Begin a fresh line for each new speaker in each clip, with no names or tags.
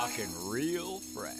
looking real fresh.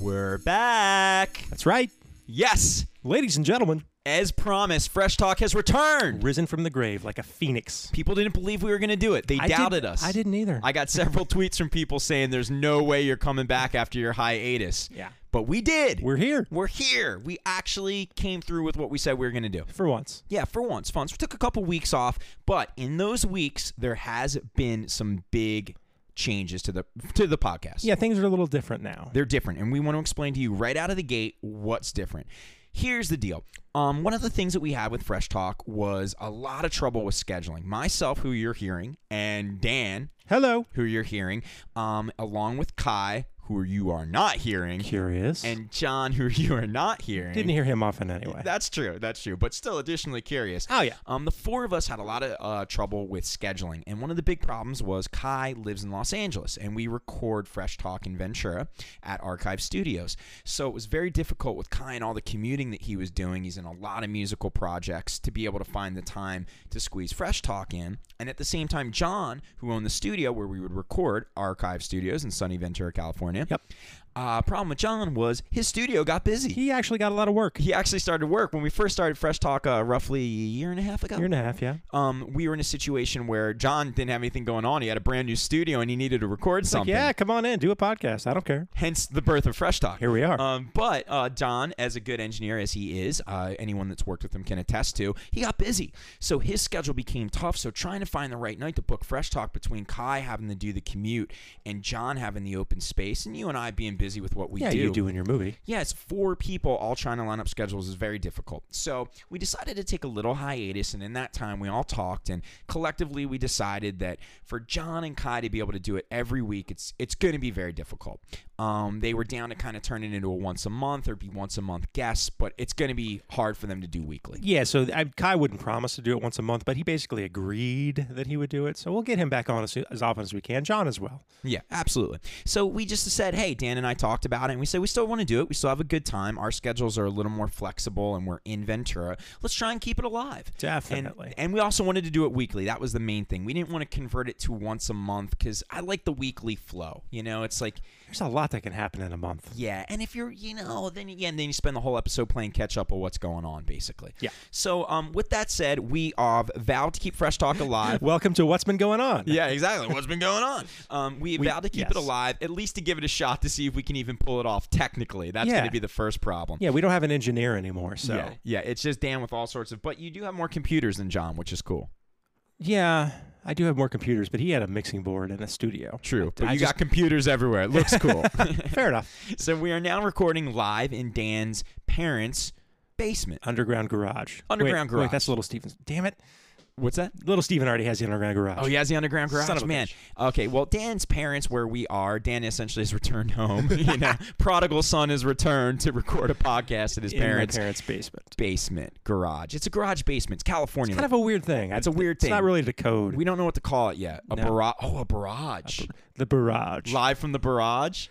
We're back.
That's right.
Yes,
Ladies and gentlemen,
as promised, Fresh Talk has returned.
risen from the grave like a phoenix.
People didn't believe we were going to do it. They
I did-
doubted us.
I didn't either.
I got several tweets from people saying there's no way you're coming back after your hiatus.
Yeah.
But we did.
We're here
We're here. We actually came through with what we said we were going to do.
for once.
Yeah, for once, fun. So we took a couple weeks off, but in those weeks there has been some big changes to the to the podcast.
Yeah, things are a little different now.
They're different, and we want to explain to you right out of the gate what's different. Here's the deal. Um, one of the things that we had with Fresh Talk was a lot of trouble with scheduling. Myself, who you're hearing, and Dan,
Hello.
who you're hearing, um, along with Kai, who you are not hearing,
Curious.
and John, who you are not hearing.
didn't hear him often anyway.
That's true. That's true. But still, additionally curious.
Oh, yeah.
Um, the four of us had a lot of uh, trouble with scheduling, and one of the big problems was Kai lives in Los Angeles, and we record Fresh Talk in Ventura at Archive Studios. So it was very difficult with Kai and all the commuting that he was doing. He's in a lot of musical projects to be able to find the time to squeeze Fresh Talk in, and at the same time, John, who owned the studio where we would record Archive Studios in sunny Ventura, California.
Yep.
Uh, problem with John was his studio got busy
he actually got a lot of work.
he actually started work when we first started Fresh Talk uh, roughly a year and a half ago.
Year and a half, yeah.
um, we were in a situation where John didn't have anything going on. He had a brand new studio and he needed to record
Like,
something.
yeah, come on in, do a podcast. I don't care.
Hence the birth of Fresh Talk.
Here we are.
Um, but uh, Don, as a good engineer as he is, uh, anyone that's worked with him can attest to, he got busy. So his schedule became tough. So trying to find the right night to book Fresh Talk between Kai having to do the commute and John having the open space and you and I being busy with what we
yeah,
do.
you do in your movie.
Yeah, it's four people all trying to line up schedules is very difficult. So we decided to take a little hiatus, and in that time, we all talked, and collectively we decided that for John and Kai to be able to do it every week, it's it's going to be very difficult. Um, they were down to kind of turn it into a once a month or be once a month guests, but it's going to be hard for them to do weekly.
Yeah, so I, Kai wouldn't promise to do it once a month, but he basically agreed that he would do it. So we'll get him back on as, soo- as often as we can. John as well.
Yeah, absolutely. So we just said, hey, Dan and I talked about it, and we said we still want to do it. We still have a good time. Our schedules are a little more flexible, and we're in Ventura. Let's try and keep it alive.
Definitely.
And, and we also wanted to do it weekly. That was the main thing. We didn't want to convert it to once a month because I like the weekly flow. You know, it's like,
There's a lot that can happen in a month.
yeah. And if you're, you know, then again, then you spend the whole episode playing catch up of what's going on, basically.
Yeah.
So um, with that said, we have vowed to keep Fresh Talk alive.
Welcome to What's Been Going On.
Yeah, exactly. What's been going on? Um, we,
We-
vowed to keep
yes.
it alive, at least to give it a shot to see if we can even pull it off technically. That's
Yeah.
going to be the first problem.
Yeah, we don't have an engineer anymore, so
yeah, yeah, it's just Dan with all sorts of, but you do have more computers than John, which is cool.
Yeah, I do have more computers, but he had a mixing board and a studio.
True, but
I
you
just-
got computers everywhere. It looks cool.
Fair enough.
so we are now recording live in Dan's parents' basement.
Underground garage.
Underground
Wait,
garage.
Wait, that's Little Steven's. Damn it.
What's that?
Little Steven already has the underground garage.
Oh, he has the underground garage,
Son of a
man. Okay, well, Dan's parents, where we are, Dan essentially has returned home. you know, prodigal son has returned to record a podcast at his
In
parents'
my parents' basement.
basement garage. It's a garage basement. It's California.
Kind of a weird thing.
That's a weird
it's
thing.
not really the code.
we don't know what to call it yet. A
No.
barrage. Oh, a barrage.
the barrage.
live from the barrage.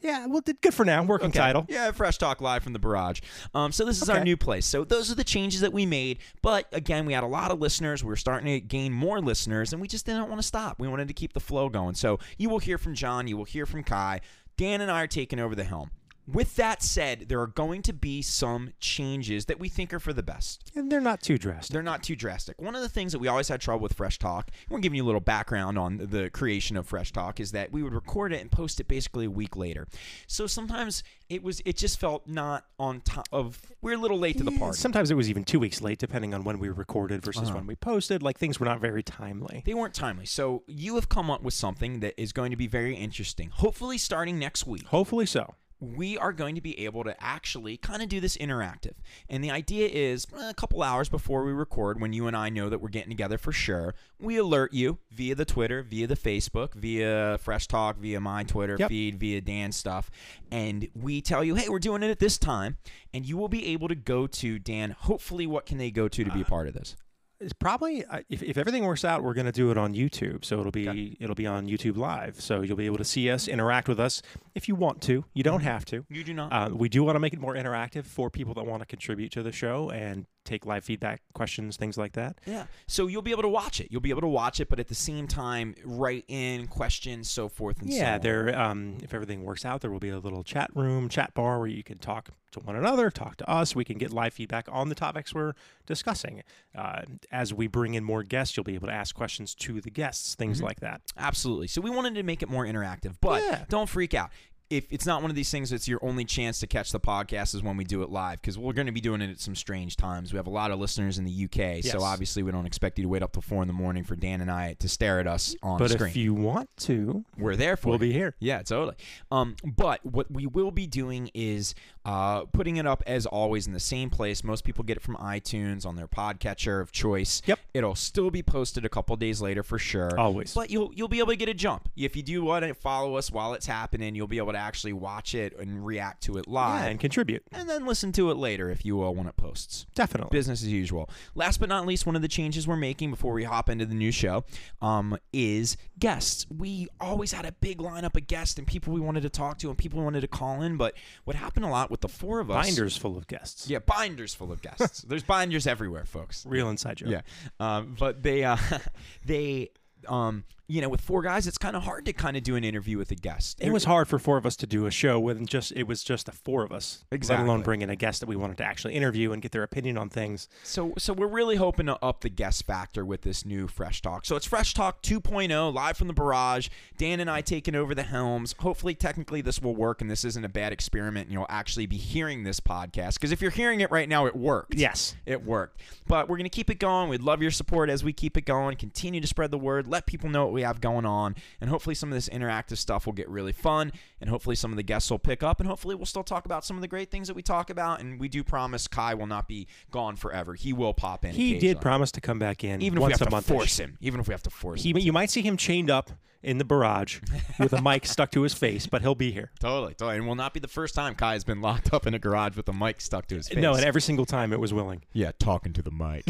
yeah, well, th- good for now. Working
Okay.
title.
Yeah, Fresh Talk Live from the Barrage. Um, so this is our
Okay.
new place. So those are the changes that we made. But again, we had a lot of listeners. We were starting to gain more listeners, and we just didn't want to stop. We wanted to keep the flow going. So you will hear from John. You will hear from Kai. Dan and I are taking over the helm. With that said, there are going to be some changes that we think are for the best.
And they're not too dressed.
They're not too drastic. One of the things that we always had trouble with Fresh Talk, and we're giving you a little background on the creation of Fresh Talk, is that we would record it and post it basically a week later. So sometimes it was it just felt not on top of we're a little late to the
Yeah,
party.
Sometimes it was even two weeks late, depending on when we recorded versus
Uh-huh.
when we posted. Like things were not very timely.
They weren't timely. So you have come up with something that is going to be very interesting. Hopefully starting next week.
Hopefully so.
we are going to be able to actually kind of do this interactive. And the idea is eh, a couple hours before we record, when you and I know that we're getting together for sure, we alert you via the Twitter, via the Facebook, via Fresh Talk, via my Twitter
Yep.
feed, via Dan's stuff. And we tell you, hey, we're doing it at this time. And you will be able to go to Dan. Hopefully, what can they go to to be a
Uh,
part of this?
It's probably I- if, if everything works out, we're going to do it on YouTube. So it'll be it'll be on YouTube Live. So you'll be able to see us, interact with us if you want to. Mm-hmm. You don't have to.
You do not.
Uh, we do want to make it more interactive for people that want to contribute to the show and take live feedback questions, things like that.
Yeah. So you'll be able to watch it. You'll be able to watch it, but at the same time, write in questions, so forth and so
Yeah,
on.
there. Um, if everything works out, there will be a little chat room, chat bar where you can talk to one another, talk to us. We can get live feedback on the topics we're discussing. Uh, as we bring in more guests, you'll be able to ask questions to the guests, things like that.
Absolutely. So we wanted to make it more interactive, but
Yeah.
don't freak out. If it's not one of these things, that's your only chance to catch the podcast is when we do it live because we're going to be doing it at some strange times. We have a lot of listeners in the UK,
Yes.
so obviously we don't expect you to wait up till four in the morning for Dan and I to stare at us on
But
screen.
if you want to,
we're there for
we'll
you.
be here.
Yeah, totally. Um, but what we will be doing is uh, putting it up as always in the same place. Most people get it from iTunes on their podcatcher of choice.
Yep.
It'll still be posted a couple days later for sure.
Always.
But you'll you'll be able to get a jump if you do want to follow us while it's happening. You'll be able to actually watch it and react to it
Yeah,
live,
and contribute.
and then listen to it later if you uh, when it posts
Definitely.
business as usual. Last but not least, one of the changes we're making before we hop into the new show um, is guests. We always had a big lineup of guests and people we wanted to talk to and people we wanted to call in. But what happened a lot with the four of us?
Binders full of guests.
Yeah, binders full of guests. There's binders everywhere, folks.
Real inside joke.
Yeah, um, but they uh, they. Um, you know, with four guys, it's kind of hard to kind of do an interview with a guest.
It was hard for four of us to do a show when just it was just the four of us.
Exactly.
Let alone bring in a guest that we wanted to actually interview and get their opinion on things.
So, so we're really hoping to up the guest factor with this new Fresh Talk. So it's Fresh Talk 2.0, live from the barrage. Dan and I taking over the helms. Hopefully, technically, this will work, and this isn't a bad experiment. And you'll actually be hearing this podcast because if you're hearing it right now, it worked.
Yes.
it worked. But we're gonna keep it going. We'd love your support as we keep it going. Continue to spread the word. Let people know what we have going on, and hopefully, some of this interactive stuff will get really fun. And hopefully, some of the guests will pick up, and hopefully, we'll still talk about some of the great things that we talk about. And we do promise Kai will not be gone forever. He will pop in.
He
occasionally.
did promise to come back in
even if
once
we have
a
to
month.
force him. Even if we have to force him.
He, you might see him chained up in the barrage with a mic stuck to his face, but he'll be here.
Totally, totally, and will not be the first time Kai has been locked up in a garage with a mic stuck to his face.
No, and every single time it was willing.
yeah, talking to the mic.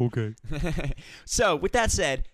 Okay.
so, with that said,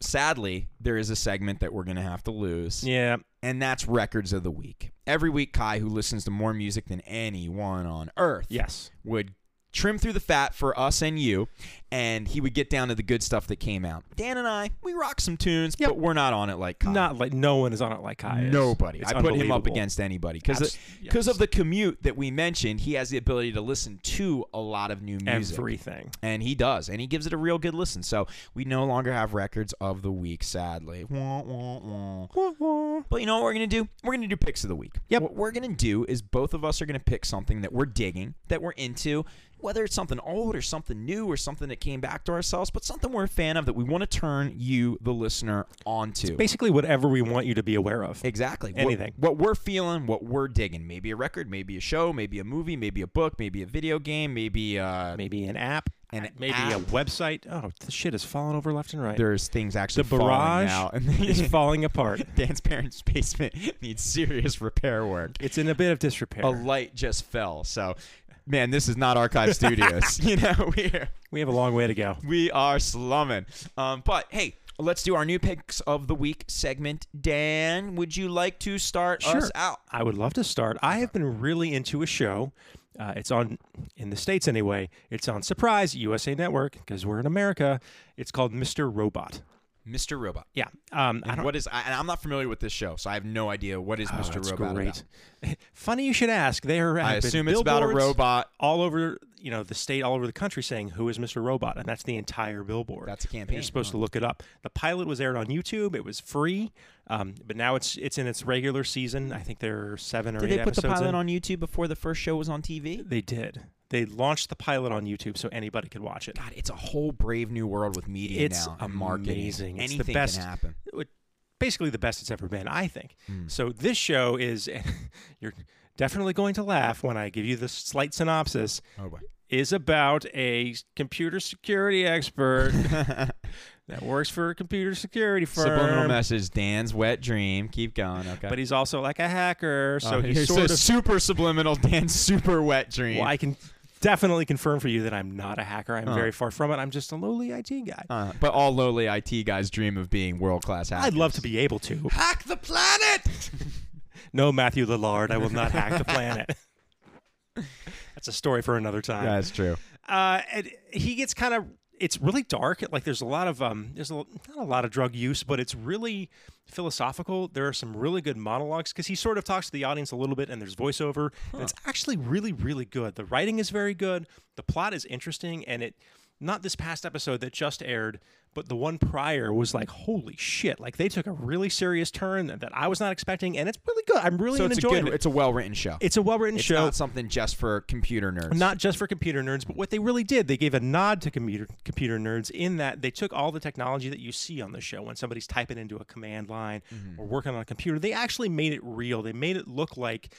sadly, there is a segment that we're going to have to lose,
Yeah.
and that's records of the week. Every week, Kai, who listens to more music than anyone on earth,
Yes.
would trim through the fat for us and you, and he would get down to the good stuff that came out. Dan and I, we rock some tunes,
Yep.
but we're not on it like Kai.
Not like no one is on it like Kai. is.
Nobody.
It's
I put him up
unbelievable.
against anybody because
Abs-
because
yes.
of the commute that we mentioned, he has the ability to listen to a lot of new music.
everything.
And he does, and he gives it a real good listen. So we no longer have records of the week, sadly. Wah, wah, wah. But you know what we're gonna do? We're gonna do picks of the week.
Yep.
What we're gonna do is both of us are gonna pick something that we're digging, that we're into, whether it's something old or something new or something that came back to ourselves, but something we're a fan of that we want to turn you, the listener, onto.
Basically, whatever we want you to be aware of.
Exactly. What-
Anything.
What, we're feeling, what we're digging. Maybe a record, maybe a show, maybe a movie, maybe a book, maybe a video game, maybe uh,
Maybe an app.
An
maybe
app.
a website. Oh, the shit is falling over left and right.
there's things actually
the
falling
barrage
out.
is
And
falling apart.
Dan's parents' basement needs serious repair work.
It's in a bit of disrepair.
A light just fell. So, man, this is not Archive Studios. you know, we're
we have a long way to go.
we are slumming. Um, but hey. Let's do our new picks of the week segment. Dan, would you like to start us out?
I would love to start. I have been really into a show. Uh, it's on in the states anyway. It's on Surprise USA Network because we're in America. It's called Mr. Robot.
Mr. Robot.
Yeah. Um, I don't.
What is? I, and I'm not familiar with this show, so I have no idea what is
Oh,
Mr.
it's
Robot.
great.
About.
Funny you should ask. There have
I
been
assume it's about a
billboards
robot.
all over you know the state, all over the country, saying who is Mr. Robot, and that's the entire billboard.
That's a
And
campaign.
You're supposed to look it up. The pilot was aired on YouTube. It was free, um, but now it's it's in its regular season. I think there are seven or eight episodes in.
on YouTube before the first show was on TV?
They did. They launched the pilot on YouTube so anybody could watch it.
God, it's a whole brave new world with media
It's
now. and marketing.
amazing. It's
Anything
the best.
can happen.
It- Basically, the best it's ever been, I think.
Hmm.
So this show is, you're definitely going to laugh when I give you the slight synopsis.
Oh boy.
Is about a computer security expert that works for a computer security firm.
Subliminal message. Dan's wet dream. Keep going. Okay.
But he's also like a hacker, so
Oh,
he's
here it
sort
says
of
super subliminal. Dan's super wet dream.
Well, I can definitely confirm for you that I'm not a hacker. I'm
Huh.
very far from it. I'm just a lowly IT guy.
Uh, but all lowly IT guys dream of being world class hackers.
I'd love to be able to.
hack the planet.
No, Matthew Lillard, I will not hack the planet. That's a story for another time.
That's true.
Uh, and he gets kind of it's really dark. Like there's a lot of um, there's a, not a lot of drug use, but it's really philosophical. There are some really good monologues because he sort of talks to the audience a little bit, and there's voiceover, and it's actually really really good. The writing is very good. The plot is interesting, and it not this past episode that just aired, but the one prior was like holy shit! Like they took a really serious turn that, that I was not expecting, and it's really good. I'm really
So it's a
enjoying
good,
it.
it's a well written show.
It's a well written
It's
show.
not something just for computer nerds.
Not just for computer nerds, but what they really did, they gave a nod to computer computer nerds in that they took all the technology that you see on the show when somebody's typing into a command line
Mm-hmm.
or working on a computer, they actually made it real. They made it look like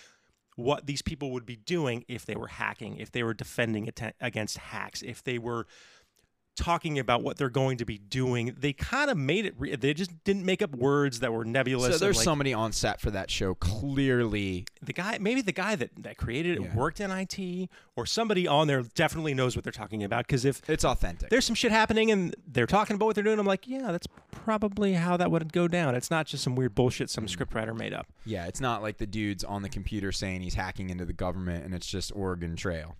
what these people would be doing if they were hacking, if they were defending atta- against hacks, if they were talking about what they're going to be doing. They kind of made it re- they just didn't make up words that were nebulous.
so
and,
there's
like,
somebody on set for that show clearly
the guy maybe the guy that, that created it
Yeah.
worked in IT or somebody on there definitely knows what they're talking about because if
it's authentic.
there's some shit happening and they're talking about what they're doing I'm like yeah that's probably how that would go down it's not just some weird bullshit some
Mm.
scriptwriter made up
yeah, it's not like the dude's on the computer saying he's hacking into the government and it's just Oregon Trail.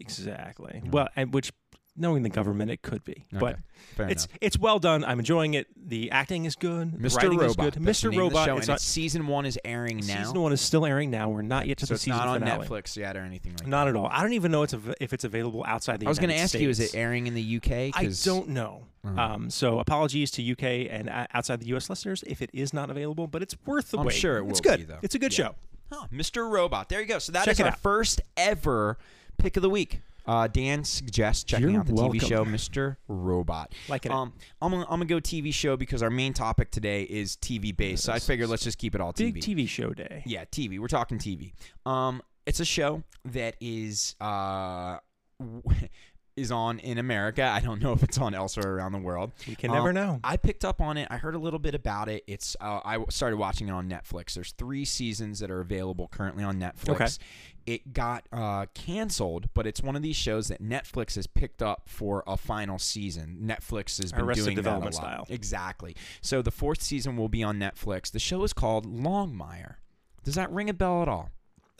exactly well and which knowing the government it could be but
Okay, fair
it's
enough.
it's well done I'm enjoying it the acting is good the
Mr.
writing
Robot.
is good
that's the name
Mr.
of the
Robot
show,
it's
and
on,
it's season one is airing now.
season one is still airing now we're not yet to
so
the
it's
season
not on
finale
Netflix yet or anything like that.
not at all I don't even know it's av- if it's available outside the
I was going to
United
ask you, is
States.
it airing in the UK?
I
'Cause-
don't know.
Uh-huh.
Um, so apologies to UK and uh, outside the US listeners if it is not available, but it's worth the
I'm
wait.
sure it
It's
will
good.
be, though.
It's a good
Yeah.
show.
Huh, Mr. Robot. There you go. So that is
Check it
our
out.
first ever pick of the week. Uh, Dan suggests checking
You're
out the TV
welcome.
show Mr. Robot.
Liking it.
um, I'm gonna, I'm gonna go TV show because our main topic today is TV based. So I figured let's just keep it all TV.
Big TV show day.
Yeah, TV. We're talking TV. Um, it's a show that is uh is on in America. I don't know if it's on elsewhere around the world.
You can
Um,
never know.
I picked up on it. I heard a little bit about it. It's uh, I w- started watching it on Netflix. There's three seasons that are available currently on Netflix.
Okay.
It got uh, canceled, but it's one of these shows that Netflix has picked up for a final season. Netflix has been
Arrested
doing
Development
that a lot.
style.
Exactly. So the fourth season will be on Netflix. The show is called Longmire. Does that ring a bell at all?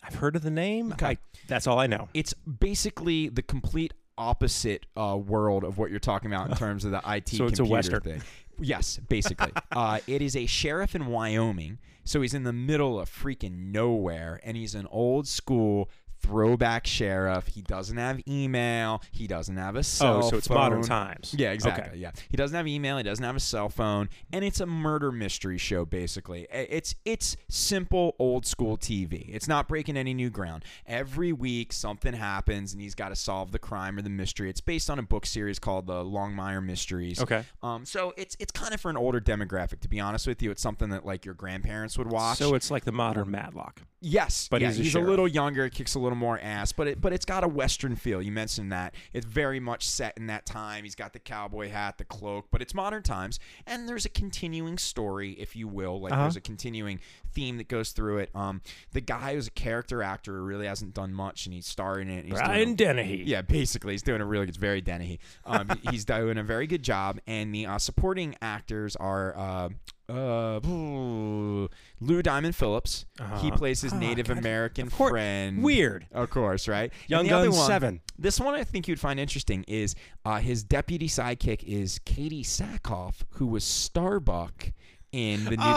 I've heard of the name.
Okay.
I, that's all I know.
It's basically the complete opposite uh, world of what you're talking about in terms of the IT.
So it's a
computer
Western.
thing. Yes, basically. uh, it is a sheriff in Wyoming, so he's in the middle of freaking nowhere, and he's an old school throwback sheriff. He doesn't have email. He doesn't have a cell.
Oh, so it's modern
phone.
times.
Yeah,
Okay.
exactly. Yeah, he doesn't have email. He doesn't have a cell phone, and it's a murder mystery show. Basically, I- it's it's simple old school TV. It's not breaking any new ground. Every week, something happens, and he's got to solve the crime or the mystery. It's based on a book series called the Longmire Mysteries.
Okay.
Um, so it's it's kind of for an older demographic. To be honest with you, it's something that like your grandparents would watch.
So it's like the modern Matlock.
Yes,
But
yeah,
he's a
a,
sheriff.
little younger, kicks a little more ass, but it but it's got a western feel. You mentioned that it's very much set in that time. He's got the cowboy hat, the cloak, but it's modern times, and there's a continuing story, if you will. Like
Uh-huh.
there's a continuing theme that goes through it. Um, the guy who's a character actor who really hasn't done much, and he's starring in it. and He's doing a-
Brian Dennehy.
yeah, basically, he's doing a really. It's very Dennehy. Um, he's doing a very good job, and the uh, supporting actors are uh, uh, ooh, Lou Diamond Phillips.
Uh-huh.
He plays
Oh,
his Native American
course.
friend.
Weird.
of course, right? And
Young
the other
Guns
one-
7.
This one I think you'd find interesting is uh, his deputy sidekick is Katie Sackhoff, who was Starbuck in the new
Oh, I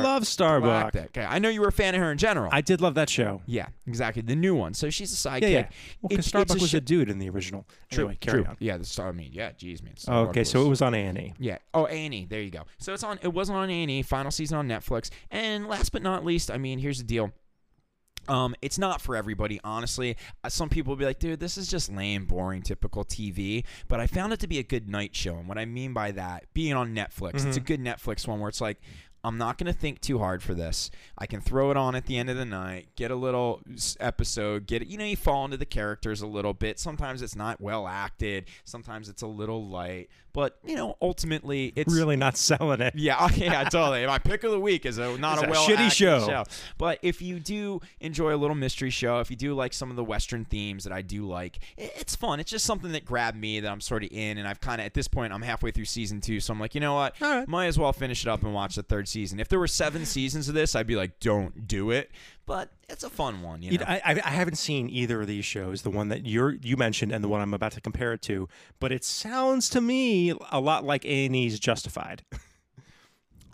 Battlestar.
love Starbuck.
Galactica. Okay, I know you were a fan of her in general.
I did love that show.
yeah, exactly. The new one. So she's a sidekick.
Yeah, yeah. Well,
It's-
because
it's
Starbuck was
sh-
a dude in the original.
True.
Anyway, carry
true.
on.
Yeah, the star. I mean, yeah, geez, man. Star
Okay, so it
was-
was on E. Annie.
yeah. Oh, Annie. There you go. So it's on. It was on Annie. Final season on Netflix. And last but not least, I mean, here's the deal. Um, it's not for everybody, honestly. Uh, some people will be like, "Dude, this is just lame, boring, typical TV." But I found it to be a good night show, and what I mean by that, being on Netflix, it's a good Netflix one where it's like, I'm not gonna think too hard for this. I can throw it on at the end of the night, get a little s- episode, get it. You know, you fall into the characters a little bit. Sometimes it's not well acted. Sometimes it's a little light, but you know, ultimately, it's
Really not selling it.
yeah, yeah, totally. My pick of the week is a not
It's
a
a
well
shitty show.
But if you do enjoy a little mystery show, if you do like some of the Western themes that I do like, i- it's fun. It's just something that grabbed me that I'm sort of in, and I've kind of at this point I'm halfway through season two, so I'm like, you know what,
All right.
might as well finish it up and watch the third season. If there were seven seasons of this, I'd be like, don't do it. But it's a fun one, you
You
know.
know, I, I I haven't seen either of these shows, the one that you're you mentioned and the one I'm about to compare it to, but it sounds to me a lot like A and E's Justified,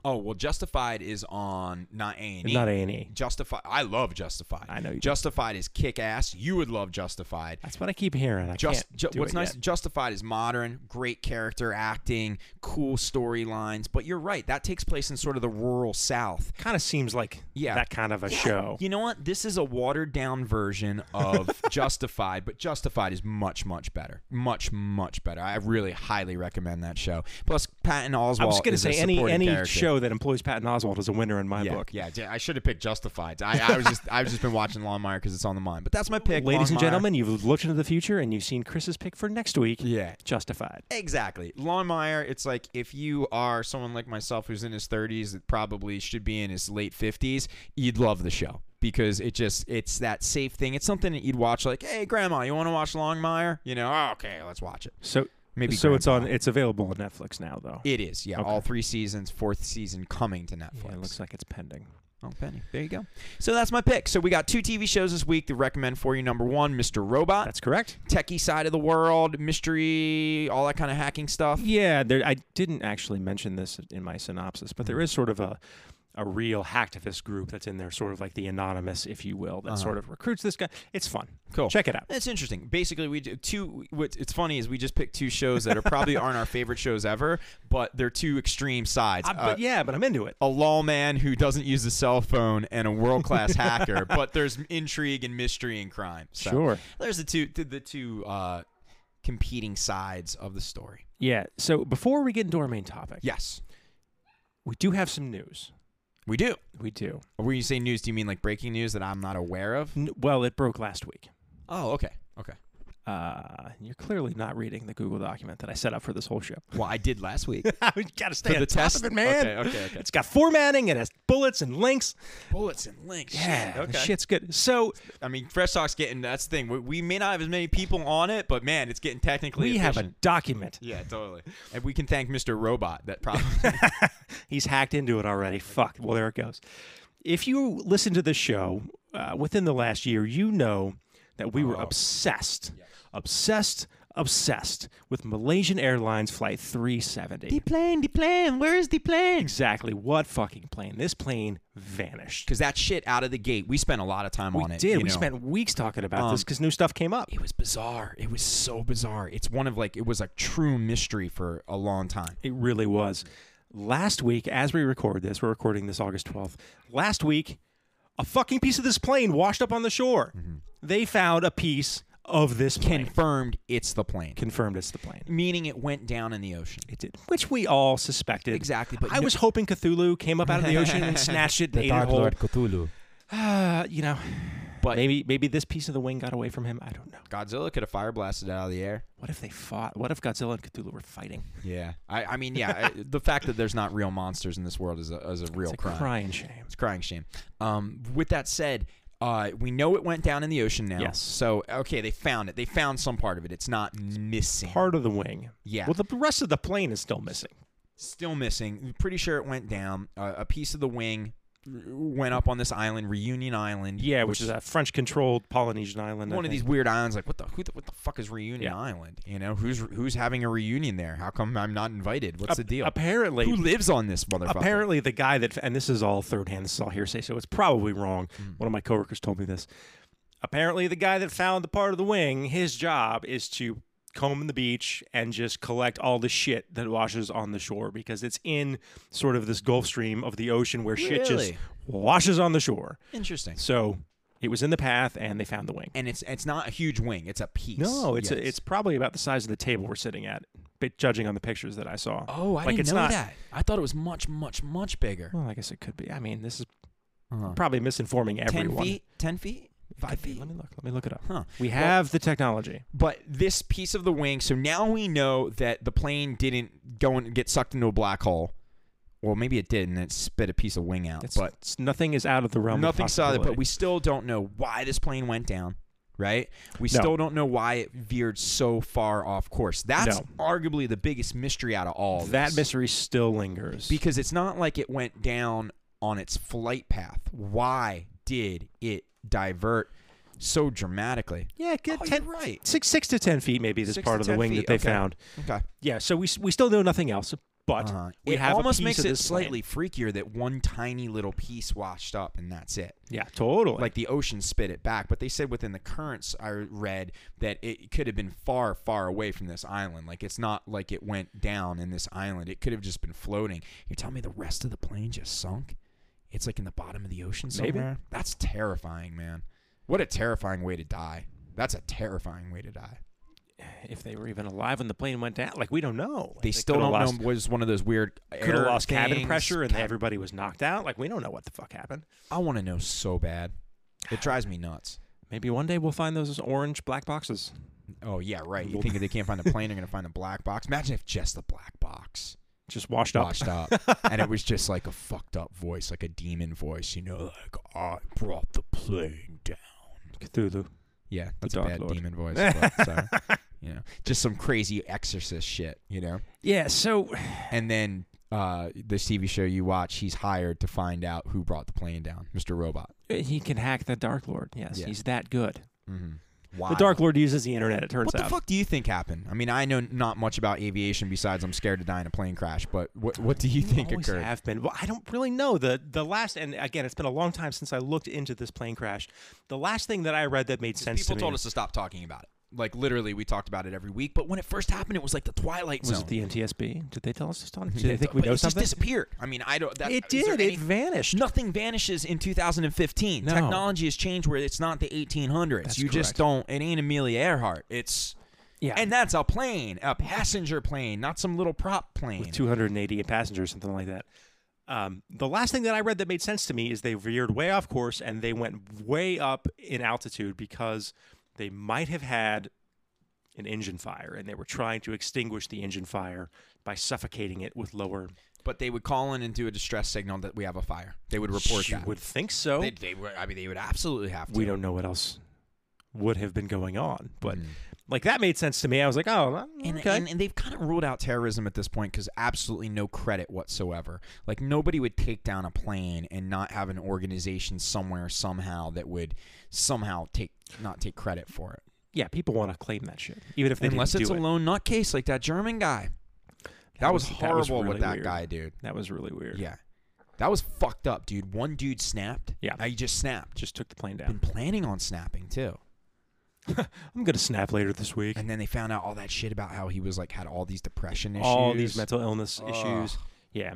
oh well, Justified is on not A and E.
not A and E.
Justified. I love Justified.
I know you do.
Justified is kick ass. You would love Justified.
That's what I keep hearing. I
Just
can't
ju-
do
what's
it
nice,
yet.
Justified is modern, great character acting, cool storylines. But you're right, that takes place in sort of the rural South.
kind of seems like
Yeah.
that kind of a show.
You know what? This is a watered down version of Justified, but Justified is much, much better. Much, much better. I really highly recommend that show. Plus, Patton Oswalt.
I was going to
is a
say any
supporting
any
character.
show that employs Patton Oswald is a winner in my
Yeah,
book.
yeah, yeah, I should have picked Justified. I, I was just, I've just been watching Longmire because it's on the mind. But that's my pick,
Ladies and
Longmire.
gentlemen, you've looked into the future and you've seen Chris's pick for next week.
Yeah.
Justified.
Exactly. Longmire, it's like if you are someone like myself who's in his 30s that probably should be in his late 50s, you'd love the show because it just it's that safe thing. It's something that you'd watch like, "Hey grandma, you want to watch Longmire?" You know, "Oh, okay, let's watch it."
So
Maybe
so it's on
Grandpa.
it's available on Netflix now though.
It is. Yeah,
Okay.
all 3 seasons, fourth season coming to Netflix.
Yeah, it looks like it's pending.
Oh, Penny. There you go. So that's my pick. So we got two TV shows this week to recommend for you. Number 1, Mr. Robot,
That's correct.
techie side of the world, mystery, all that kind of hacking stuff.
Yeah, there, I didn't actually mention this in my synopsis, but there is sort of a a real hacktivist group that's in there, sort of like the anonymous, if you will, that sort of recruits this guy. It's fun.
Cool.
Check it out.
It's interesting. Basically, we do two. What it's funny is we just picked two shows that are probably aren't our favorite shows ever, but they're two extreme sides.
I-
Uh,
but yeah, but I'm into it.
a lawman who doesn't use a cell phone and a world class hacker, but there's intrigue and mystery and crime. So
Sure.
There's the two the, the two uh, competing sides of the story.
Yeah. So before we get into our main topic,
Yes,
we do have some news.
we do.
We do.
When you say news, do you mean like breaking news that I'm not aware of?
N- well, it broke last week.
Oh, okay, okay.
Uh, you're clearly not reading the Google document that I set up for this whole show.
Well, I did last week.
we gotta stay
For
on
the
top of
test?
it, man.
Okay, okay, okay.
It's got formatting. It has bullets and links.
Bullets and links.
Yeah,
Shit,
the
okay.
shit's good. So
I mean, Fresh Talk's getting that's the thing. We, we may not have as many people on it, but man, it's getting technically
we have a
efficient.
document.
yeah, totally. And we can thank Mr. Robot that probably
He's hacked into it already. Fuck. Well, there it goes. If you listen to this show uh, within the last year, you know that we were
Oh.
obsessed, obsessed, obsessed with Malaysian Airlines Flight 370.
plane, the plane. Where is the plane?
Exactly what fucking plane? This plane vanished.
Because that shit out of the gate, we spent a lot of time
We
on it.
did.
you
We
know. Um,
spent weeks talking about this because new stuff came up.
It was bizarre. It was so bizarre. It's one of like it was a true mystery for a long time.
It really was. Last week, as we record this, we're recording this August 12th. Last week, a fucking piece of this plane washed up on the shore.
Mm-hmm.
They found a piece of this plane.
Confirmed, it's the plane.
Confirmed it's the plane.
Meaning it went down in the ocean.
It did. Which we all suspected.
Exactly, but
I
no-
was hoping Cthulhu came up out of the ocean and snatched it and ate it whole.
Cthulhu.
Uh, you know,
But-
maybe maybe this piece of the wing got away from him. I don't know.
Godzilla could have fire blasted it out of the air.
What if they fought? What if Godzilla and Cthulhu were fighting?
Yeah, I, I mean, yeah, I- the fact that there's not real monsters in this world is a, is a real
It's a
crime.
crying shame.
It's crying shame. Um, with that said, uh, we know it went down in the ocean now.
Yes.
So okay, they found it. They found some part of it. It's not missing.
Part of the wing.
Yeah.
Well, the rest of the plane is still missing.
Still missing. Pretty sure it went down. Uh, a piece of the wing went up on this island, Reunion Island.
Yeah, which, is a French-controlled Polynesian island. I
one of these
think.
weird islands. Like what the who the, what the fuck is Reunion
Yeah.
Island? You know who's who's having a reunion there? How come I'm not invited? What's the deal?
Apparently,
who lives on this motherfucker?
apparently the guy that and this is all third-hand. This is all hearsay, so it's probably wrong.
Hmm.
One of my coworkers told me this. Apparently, the guy that found the part of the wing, his job is to comb the beach and just collect all the shit that washes on the shore because it's in sort of this Gulf Stream of the ocean where shit just
Really?
washes on the shore.
Interesting.
So it was in the path, and they found the wing.
And it's it's not a huge wing. It's a piece.
No, it's
Yes.
a, it's probably about the size of the table we're sitting at, but judging on the pictures that I saw.
Oh, I
like
didn't
it's
know
not,
that. I thought it was much, much, much bigger.
Well, I guess it could be. I mean, this is
Uh-huh.
probably misinforming everyone.
Ten feet? Ten feet?
It could
Five
be.
feet?
Let me look. Let me look it up.
Huh.
We
Well-
have the technology.
But this piece of the wing. So now we know that the plane didn't go and get sucked into a black hole. Well, maybe it did, and it spit a piece of wing out.
It's,
Uh, but
it's- nothing is out of the realm.
nothing
of
solid. But we
possibility.
still don't know why this plane went down. Right? We
No.
still don't know why it veered so far off course. That's
No.
arguably the biggest mystery out of all.
that
this.
mystery still lingers.
because it's not like it went down on its flight path. Why did it divert so dramatically?
Yeah, good.
Oh,
ten,
you're right.
Six, six to ten feet maybe is
Six
part
to
of the
10
wing
feet,
that they
okay.
found.
Okay.
Yeah, so we s- we still know nothing else, but
Uh,
we
it
have a
almost
piece
makes
of
it
this plan.
slightly freakier that one tiny little piece washed up and that's it.
yeah, totally.
Like the ocean spit it back, but they said within the currents I read that it could have been far, far away from this island. Like it's not like it went down in this island. It could have just been floating. You're telling me the rest of the plane just sunk? It's like in the bottom of the ocean
Maybe.
somewhere. That's terrifying, man. What a terrifying way to die. That's a terrifying way to die.
if they were even alive when the plane went down, like we don't know. Like,
They, still
could've
don't
lost,
know. Was one of those weird
Could have
air
lost cabin
things,
pressure and
cabin
everybody was knocked out. Like we don't know what the fuck happened.
I want to know so bad. It drives me nuts.
Maybe one day we'll find those orange black boxes.
Oh yeah, right. You
Well-
think if they can't find the plane, they're gonna find the black box. Imagine if just the black box
Just washed up.
washed up, and it was just like a fucked up voice, like a demon voice. You know, like I brought the plane down.
Cthulhu.
Yeah, that's a
Dark
bad
Lord.
demon voice. But, sorry. You know, just some crazy exorcist shit. You know,
Yeah, so
and then uh, this TV show you watch, he's hired to find out who brought the plane down, Mr. Robot.
he can hack the Dark Lord. Yes,
Yeah.
he's that good.
Mm-hmm. Wow.
The Dark Lord uses the internet. It turns
What the
out.
fuck do you think happened? I mean, I know not much about aviation besides I'm scared to die in a plane crash, but what what do you think
always
occurred?
have been. Well, I don't really know the the last. And again, it's been a long time since I looked into this plane crash. The last thing that I read that made sense
People
to me
told us to stop talking about it. Like literally, we talked about it every week. But when it first happened, it was like the twilight
was
zone.
it the NTSB. Did they tell us this? Don? Did they think we
But
know
it just
something?
disappeared. I mean, I don't. That,
It
is there
did.
any-
It vanished.
Nothing vanishes in 2015.
No.
Technology has changed where it's not the 1800s.
That's
you just
correct.
don't. It ain't Amelia Earhart. It's
Yeah.
and that's a plane, a passenger plane, not some little prop plane.
with 288 passengers, something like that. Um, the last thing that I read that made sense to me is they veered way off course and they went way up in altitude because they might have had an engine fire and they were trying to extinguish the engine fire by suffocating it with lower.
but they would call in and do a distress signal that we have a fire. They would report
you
that.
would think so.
They, they would. I mean, they would absolutely have to.
we don't know what else would have been going on, but
Mm.
like that made sense to me. I was like, oh,
And,
okay.
and, and they've kind of ruled out terrorism at this point because absolutely no credit whatsoever. Like nobody would take down a plane and not have an organization somewhere somehow that would somehow take not take credit for it.
yeah, people want to claim that shit, even if they
Unless
didn't
it's
do
a
it.
lone nutcase like that German guy. That, was, horrible
really
with that
weird.
guy, dude.
That was really weird.
Yeah, that was fucked up, dude. One dude snapped.
Yeah.
I just snapped.
just took the plane down.
Been planning on snapping too.
I'm gonna snap later this week.
And then they found out all that shit about how he was like had all these depression issues.
All these mental illness issues.
Ugh.
Yeah,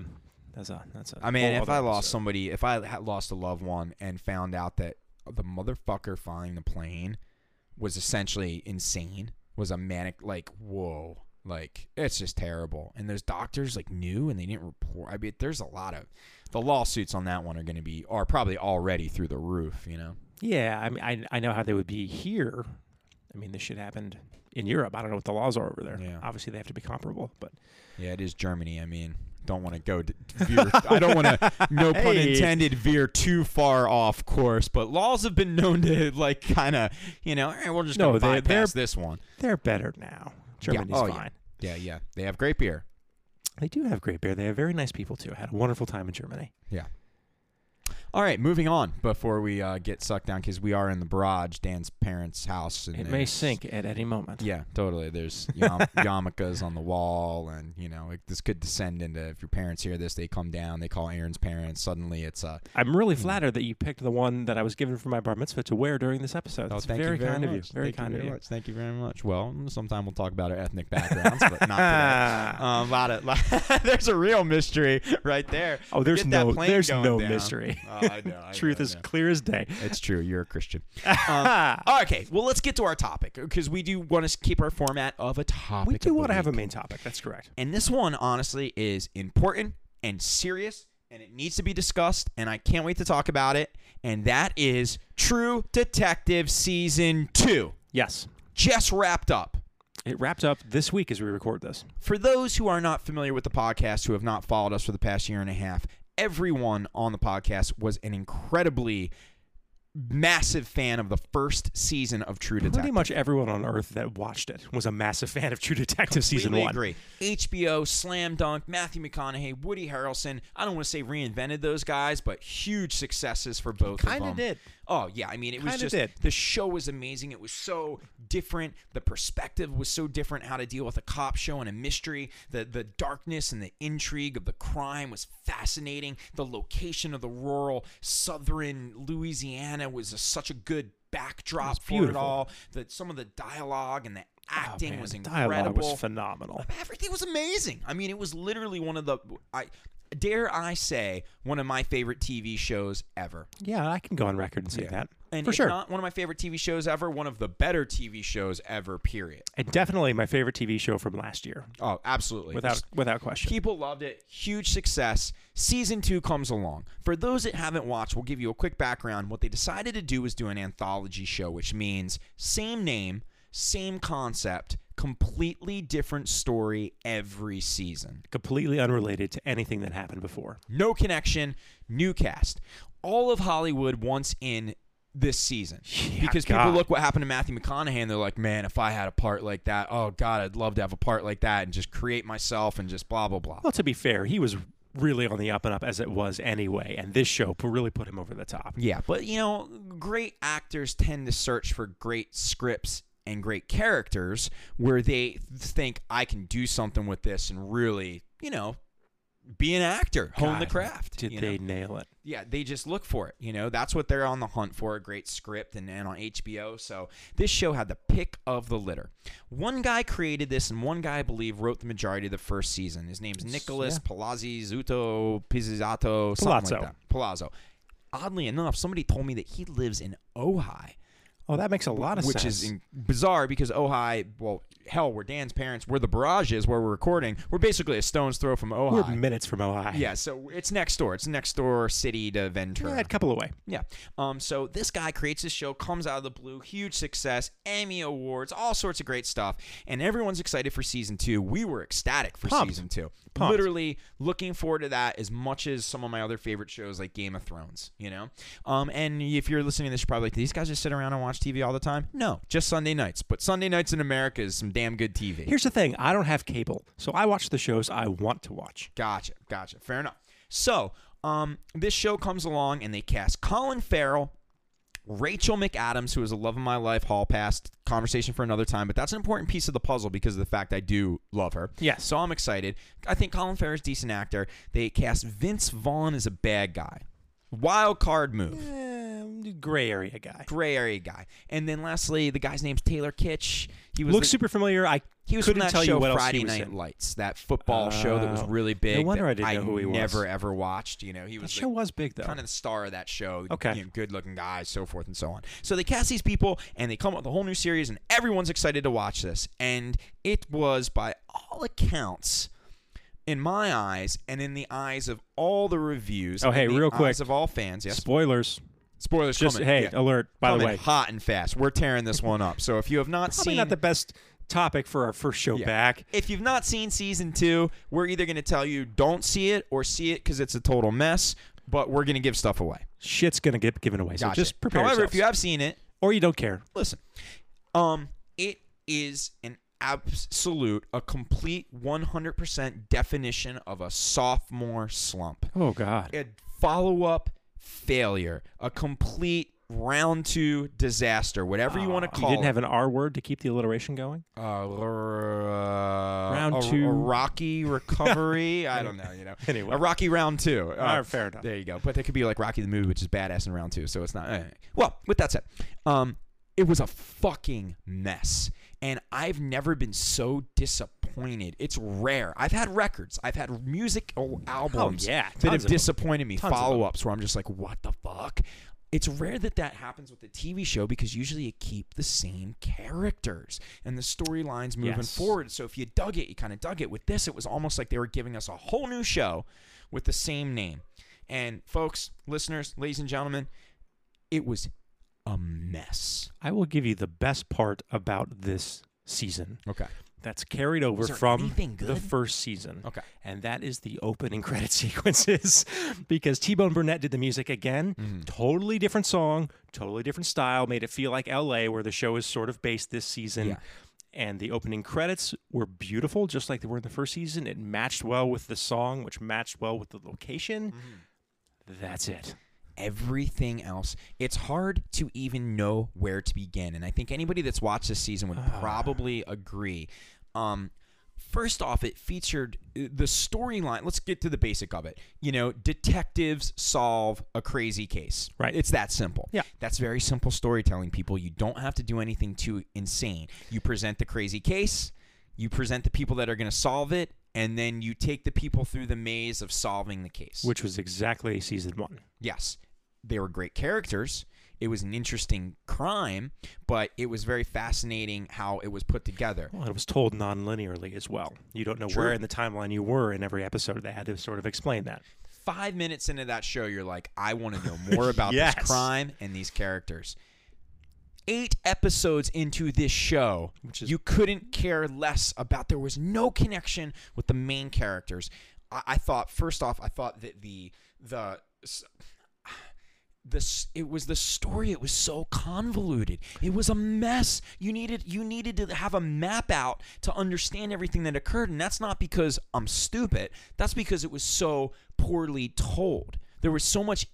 that's a that's a.
I mean, if
whole other
I lost
episode.
somebody, if I had lost a loved one and found out that the motherfucker flying the plane was essentially insane, was a manic, like, whoa, like, it's just terrible. And those doctors, like, knew and they didn't report. I mean, there's a lot of the lawsuits on that one are going to be, are probably already through the roof, you know?
yeah, I mean, I I know how they would be here. I mean, this shit happened in Europe. I don't know what the laws are over there.
Yeah.
Obviously, they have to be comparable, but
Yeah, it is Germany. I mean, don't want to go. d- Veer, I don't want to. No pun
Hey.
intended. Veer too far off course, but laws have been known to like kind of, you know, eh, we're just
No,
going to
they- they're-
bypass this one.
they're better now. Germany's
oh, yeah.
fine.
Yeah, yeah. They have great beer.
They do have great beer. They have very nice people too. I had a wonderful time in Germany.
All right, moving on before we uh, get sucked down because we are in the barrage, Dan's parents' house. And
It may
there's-
sink at any moment.
Yeah, totally. There's yam- yarmulkes on the wall, and you know it, this could descend into if your parents hear this, they come down, they call Aaron's parents. Suddenly, it's uh,
I'm really flattered that you picked the one that I was given for my bar mitzvah to wear during this episode.
Oh,
That's
thank
very
you very
kind
much.
of you. Very
thank
kind
you very
of you.
much. Thank you very much. Well, sometime we'll talk about our ethnic backgrounds, but not today.
Ah,
Um, lot of, lot- there's a real mystery right there.
Oh, there's
Get that
no-
plane
there's
going
no
down.
mystery.
Oh, I know, I
Truth
know, I
is
know.
clear as day. Ah,
It's true. You're a Christian. Um, okay. Well, let's get to our topic because we do want to keep our format of a topic.
We do
of the
want to have a
week.
main topic. That's correct.
And this one, honestly, is important and serious, and it needs to be discussed, and I can't wait to talk about it. And that is True Detective Season 2.
Yes.
Just wrapped up.
It wrapped up this week as we record this.
For those who are not familiar with the podcast, who have not followed us for the past year and a half, everyone on the podcast was an incredibly massive fan of the first season of True
Pretty
Detective.
much everyone on Earth that watched it was a massive fan of True Detective season
Completely
one.
agree. HBO, Slam Dunk, Matthew McConaughey, Woody Harrelson. I don't want to say reinvented those guys, but huge successes for both of them.
Kinda did.
Oh yeah, I mean it was
Kinda
just
did.
the show was amazing. It was so different. The perspective was so different. How to deal with a cop show and a mystery. The the darkness and the intrigue of the crime was fascinating. The location of the rural southern Louisiana was a, such a good backdrop for it
beautiful.
all. That some of the dialogue and the
Oh,
acting
man,
was
the
incredible.
Dialogue was phenomenal.
Everything was amazing. I mean, it was literally one of the I dare I say one of my favorite TV shows ever.
Yeah, I can go on record and say
Yeah.
that
And
for
if
sure.
not one of my favorite TV shows ever, one of the better TV shows ever, period.
and definitely my favorite TV show from last year,
Oh, absolutely.
without
Just-
without question.
People loved it. Huge success. Season two comes along. For those that haven't watched, we'll give you a quick background. What they decided to do was do an anthology show, which means same name, same concept, completely different story every season.
completely unrelated to anything that happened before.
No connection, new cast. All of Hollywood wants in this season because people
God.
look what happened to Matthew McConaughey and they're like, man, if I had a part like that, oh God, I'd love to have a part like that and just create myself and just blah blah blah.
Well, to be fair, he was really on the up and up as it was anyway, and this show pu- really put him over the top.
Yeah, but you know, great actors tend to search for great scripts and great characters where they think I can do something with this and really, you know, be an actor, hone the
God,
craft.
Did
you know?
they nail it?
yeah, they just look for it. You know, that's what they're on the hunt for a great script and, and on HBO. So this show had the pick of the litter. One guy created this, and one guy, I believe, wrote the majority of the first season. His name's Nicholas Palazzi Zuto Pizzato, something
Palazzo.
like that. Palazzo. Oddly enough, somebody told me that he lives in Ojai,
Oh, that makes a lot of
which
sense.
is in- bizarre because Ojai, well, hell, where Dan's parents, where the barrage is, where we're recording, we're basically a stone's throw from Ojai.
We're minutes from Ohio.
yeah, so it's next door. It's next door city to Ventura.
Yeah, a couple away.
Yeah. Um, so this guy creates this show, comes out of the blue, huge success, Emmy Awards, all sorts of great stuff. And everyone's excited for season two. We were ecstatic for
Pumped.
season two.
Pumped.
Literally looking forward to that as much as some of my other favorite shows like Game of Thrones, you know? Um, and if you're listening to this, you're probably like, these guys just sit around and watch TV all the time? No, just Sunday nights. But Sunday nights in America is some damn good TV.
Here's the thing: I don't have cable, so I watch the shows I want to watch.
Gotcha, gotcha. Fair enough. So, um, this show comes along and they cast Colin Farrell, Rachel McAdams, who is a love of my life, hall passed. Conversation for another time, but that's an important piece of the puzzle because of the fact I do love her.
Yes.
So I'm excited. I think Colin Farrell's a decent actor. They cast Vince Vaughn as a bad guy. Wild card move Eh,
Um, gray area guy.
gray area guy. And then lastly, the guy's name's Taylor Kitsch. He was
Looks
the-
super familiar. I
he was
couldn't
from that
tell
show
you what
Friday
else he was
Night
in.
Lights, that football show that was
Oh.
really
No
big.
wonder
that
I didn't know who he was.
Never ever watched. You know, he
That
was
show
the,
was big though.
kind of the star of that show.
Okay.
you know, good-looking guy, so forth and so on. So they cast these people, and they come up with a whole new series, and everyone's excited to watch this. And it was, by all accounts. In my eyes, and in the eyes of all the reviews,
Oh,
and
hey,
in the
real quick.
eyes of all fans, yes.
Spoilers.
Spoilers
Just
coming.
hey,
yeah
alert. By
coming
the way,
hot and fast. We're tearing this one up. So if you have not
probably
seen,
not the best topic for our first show
Yeah.
back.
if you've not seen season two, we're either going to tell you don't see it or see it because it's a total mess. But we're going to give stuff away.
Shit's gonna get given away. So
Gotcha.
just prepare
However,
yourselves.
if you have seen it,
or you don't care.
listen. Um, it is an absolute, a complete, one hundred percent definition of a sophomore slump.
Oh God.
a follow up failure, a complete round two disaster, whatever you want to call
You didn't
it.
have an R word to keep the alliteration going.
uh, round
Round
a,
two.
a rocky recovery. I don't know, you know.
Anyway.
a rocky round two. Uh,
All right, fair enough.
There you go. But that could be like Rocky the movie, which is badass in round two. So it's not. eh. Well, with that said, um, it was a fucking mess, and I've never been so disappointed. It's rare. I've had records. I've had music al- albums
yeah,
that
tons
have
of 'em.
disappointed me.
Tons of 'em.
Follow ups where I'm just like, what the fuck. It's rare that that happens with a TV show because usually you keep the same characters and the storylines moving
Yes.
forward. So if you dug it, you kind of dug it. With this, it was almost like they were giving us a whole new show with the same name. And folks, listeners, ladies and gentlemen, it was a mess.
I will give you the best part about this season.
Okay.
that's carried over
Was there
from
anything
the
good?
first season.
Okay.
And that is the opening credit sequences because T Bone Burnett did the music again.
Mm-hmm.
Totally different song, totally different style, made it feel like LA, where the show is sort of based this season.
Yeah.
And the opening credits were beautiful, just like they were in the first season. It matched well with the song, which matched well with the location.
Mm-hmm.
That's it.
everything else. It's hard to even know where to begin. And I think anybody that's watched this season would
Ah.
probably agree. Um, first off, it featured uh, the storyline. Let's get to the basic of it. You know, detectives solve a crazy case.
Right.
It's that simple.
Yeah.
That's very simple storytelling, people. You don't have to do anything too insane. You present the crazy case, you present the people that are going to solve it. And then you take the people through the maze of solving the case.
Which was exactly season one.
Yes, they were great characters. It was an interesting crime, but it was very fascinating how it was put together.
Well, it was told non-linearly as well. You don't know where in the timeline you were in every episode. They had to sort of explain that.
Five minutes into that show, you're like, I want to know more about
Yes.
this crime and these characters. Eight episodes into this show,
Which is-
you couldn't care less about. There was no connection with the main characters. I, I thought, first off, I thought that the the this it was the story it was so convoluted it was a mess you needed you needed to have a map out to understand everything that occurred and that's not because i'm stupid that's because it was so poorly told there was so much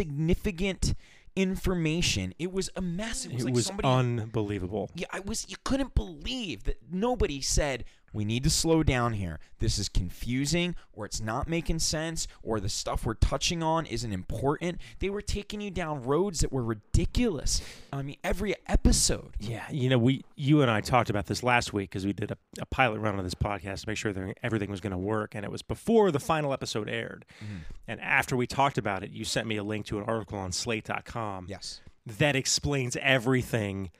insignificant information it was a mess it was
It
like
was
somebody
unbelievable.
yeah, I was. You couldn't believe that nobody said we need to slow down here. This is confusing, or it's not making sense, or the stuff we're touching on isn't important. They were taking you down roads that were ridiculous. I mean, every episode.
Yeah, you know, we you and I talked about this last week because we did a, a pilot run on this podcast to make sure that everything was going to work, and it was before the final episode aired. And after we talked about it, you sent me a link to an article on Slate.com
Yes.
that explains everything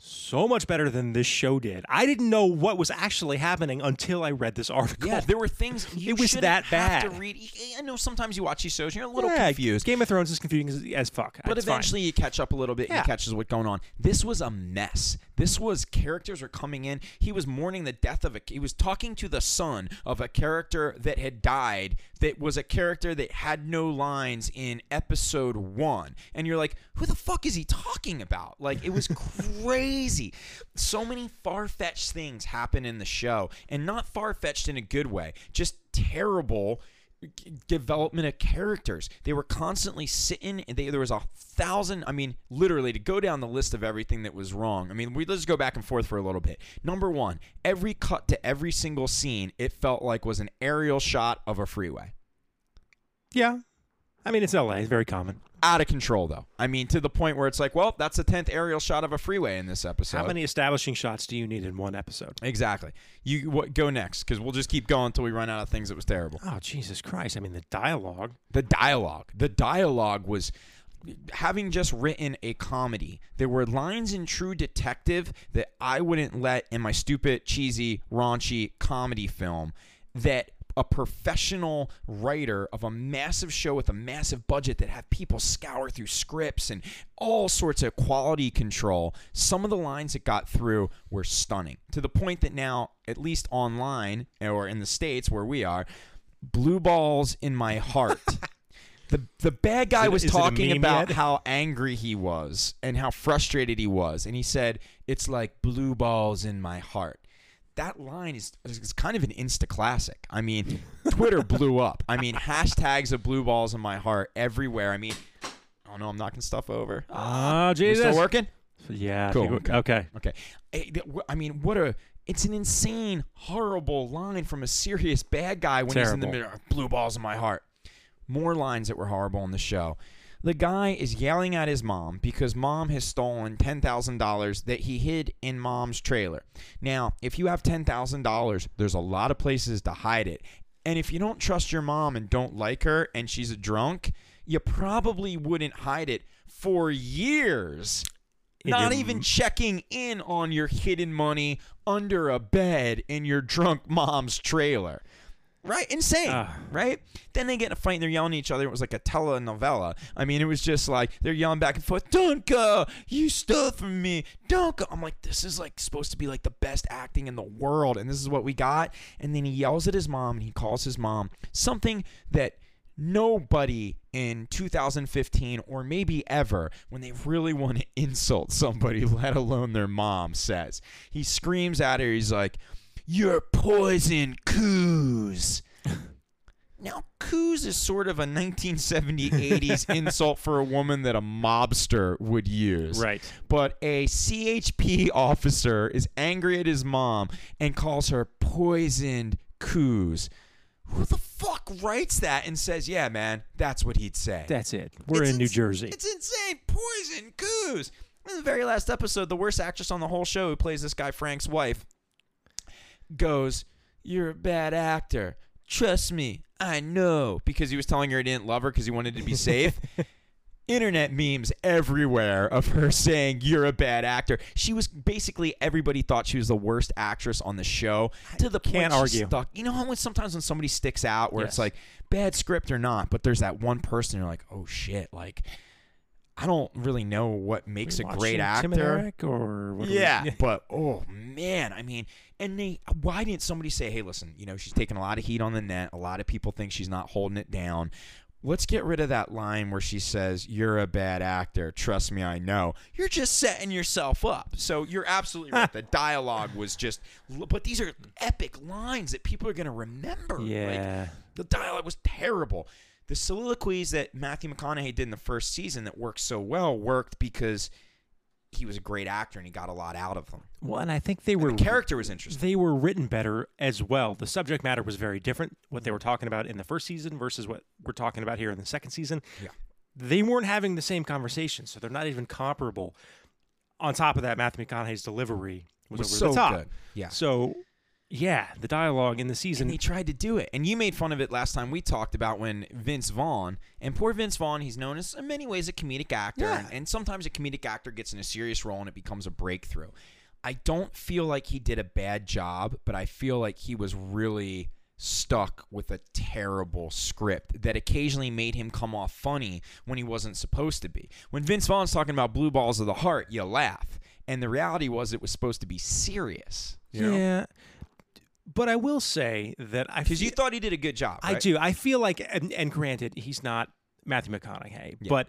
so much better than this show did. I didn't know what was actually happening until I read this article.
Yeah, there were things you
It was
shouldn't
that
have to
bad.
read. I know sometimes you watch these shows and you're a little
Yeah,
confused.
Game of Thrones is confusing as, as fuck.
But
It's fine.
eventually you catch up a little bit and
Yeah.
you catches what's going on. This was a mess. This was characters were coming in. He was mourning the death of a he was talking to the son of a character that had died that was a character that had no lines in episode 1. And you're like, "Who the fuck is he talking about?" Like it was crazy. So many far-fetched things happen in the show and not far-fetched in a good way. Just terrible g- development of characters. They were constantly sitting. and They, there was a thousand. I mean, literally to go down the list of everything that was wrong. I mean, we let's go back and forth for a little bit. Number one, every cut to every single scene, it felt like was an aerial shot of a freeway.
Yeah. I mean, it's LA. It's very common.
Out of control, though. I mean, to the point where it's like, well, that's the tenth aerial shot of a freeway in this episode.
How many establishing shots do you need in one episode?
Exactly. You what, go next because we'll just keep going until we run out of things that was terrible.
Oh, Jesus Christ. I mean, the dialogue.
the dialogue the dialogue was having just written a comedy there were lines in true detective that i wouldn't let in my stupid cheesy raunchy comedy film that a professional writer of a massive show with a massive budget that have people scour through scripts and all sorts of quality control some of the lines that got through were stunning to the point that now at least online or in the states where we are blue balls in my heart. the the bad guy
it-
was
is it a
talking
meme
about
yet?
how angry he was and how frustrated he was, and he said, "It's like blue balls in my heart." That line is, is kind of an insta classic. I mean, Twitter blew up. I mean, hashtags of blue balls in my heart everywhere. I mean, oh no, I'm knocking stuff over.
Oh,
Is
Jesus.
still working?
Yeah. I
Cool.
think we- okay.
Okay. I I mean, what a. It's an insane, horrible line from a serious bad guy when he's in the
Terrible.
middle. Blue balls in my heart. More lines that were horrible in the show. The guy is yelling at his mom because mom has stolen $10,000 that he hid in mom's trailer. Now, if you have $10,000, there's a lot of places to hide it. And if you don't trust your mom and don't like her and she's a drunk, you probably wouldn't hide it for years
In
not
your-
even checking in on your hidden money under a bed in your drunk mom's trailer. Right, insane.
Ah.
right? Then they get in a fight and they're yelling at each other. It was like a telenovela. I mean, it was just like they're yelling back and forth, Dunka, you stole from me. Dunka. I'm like, this is like supposed to be like the best acting in the world, and this is what we got. And then he yells at his mom and he calls his mom something that nobody in 2015 or maybe ever when they really want to insult somebody let alone their mom says he screams at her he's like you're poison coos now, coos is sort of a 1970s, 80s insult for a woman that a mobster would use.
Right.
But a CHP officer is angry at his mom and calls her poisoned coos. Who the fuck writes that and says, yeah, man, that's what he'd say?
That's it. We're
It's
in New
ins-
Jersey.
It's insane. Poison coos. In the very last episode, the worst actress on the whole show, who plays this guy Frank's wife, goes, "You're a bad actor. Trust me, I know." Because he was telling her he didn't love her because he wanted to be safe. Internet memes everywhere of her saying you're a bad actor. She was basically everybody thought she was the worst actress on the show to the
Can't
point she
argue.
stuck. You know how when sometimes when somebody sticks out where
Yes.
it's like bad script or not, but there's that one person you're like, oh shit, like I don't really know what makes a great
Watching
actor.
Tim and Eric or what are we-
Yeah, but oh man, I mean, and they why didn't somebody say, "Hey, listen, you know, she's taking a lot of heat on the net. A lot of people think she's not holding it down. Let's get rid of that line where she says, "You're a bad actor. Trust me, I know." You're just setting yourself up. So you're absolutely right. the dialogue was just but these are epic lines that people are going to remember. Like,
Yeah.
the dialogue was terrible. The soliloquies that Matthew McConaughey did in the first season that worked so well worked because he was a great actor and he got a lot out of them.
Well, and I think they were
The character was interesting.
they were written better as well. The subject matter was very different. What they were talking about in the first season versus what we're talking about here in the second season.
Yeah.
They weren't having the same conversation, so they're not even comparable. On top of that, Matthew McConaughey's delivery was,
Was
over
so
the top.
good. Yeah.
So, yeah, the dialogue in the season
And he tried to do it. And you made fun of it last time we talked about when Vince Vaughn, and poor Vince Vaughn, he's known as in many ways a comedic actor.
Yeah.
And, and sometimes a comedic actor gets in a serious role and it becomes a breakthrough. I don't feel like he did a bad job, but I feel like he was really stuck with a terrible script that occasionally made him come off funny when he wasn't supposed to be. When Vince Vaughn's talking about blue balls of the heart, you laugh. And the reality was it was supposed to be serious.
Yeah. But I will say that I
Because you
feel-
thought he did a good job.
I
right?
do. I feel like, and, and granted, he's not Matthew McConaughey,
Yeah.
but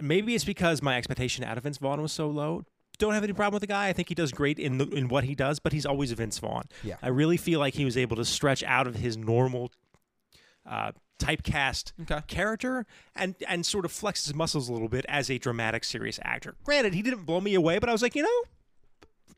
maybe it's because my expectation out of Vince Vaughn was so low. Don't have any problem with the guy. I think he does great in the, in what he does, but he's always Vince Vaughn.
Yeah.
I really feel like he was able to stretch out of his normal uh, typecast
Okay.
character and and sort of flex his muscles a little bit as a dramatic, serious actor. Granted, he didn't blow me away, but I was like, you know,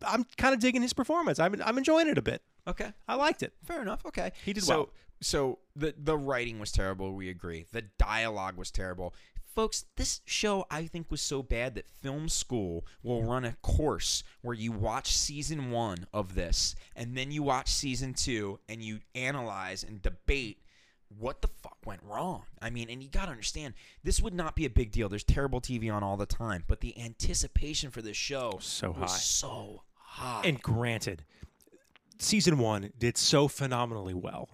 I'm kind of digging his performance. I'm I'm enjoying it a bit.
Okay.
I liked it.
Fair enough. Okay.
He did
so,
well.
So the the writing was terrible. We agree. The dialogue was terrible. Folks, this show I think was so bad that film school will run a course where you watch season one of this, and then you watch season two, and you analyze and debate what the fuck went wrong? I mean, and you got to understand, this would not be a big deal. There's terrible TV on all the time, but the anticipation for this show
So
was
high.
so high.
And granted, season one did so phenomenally well.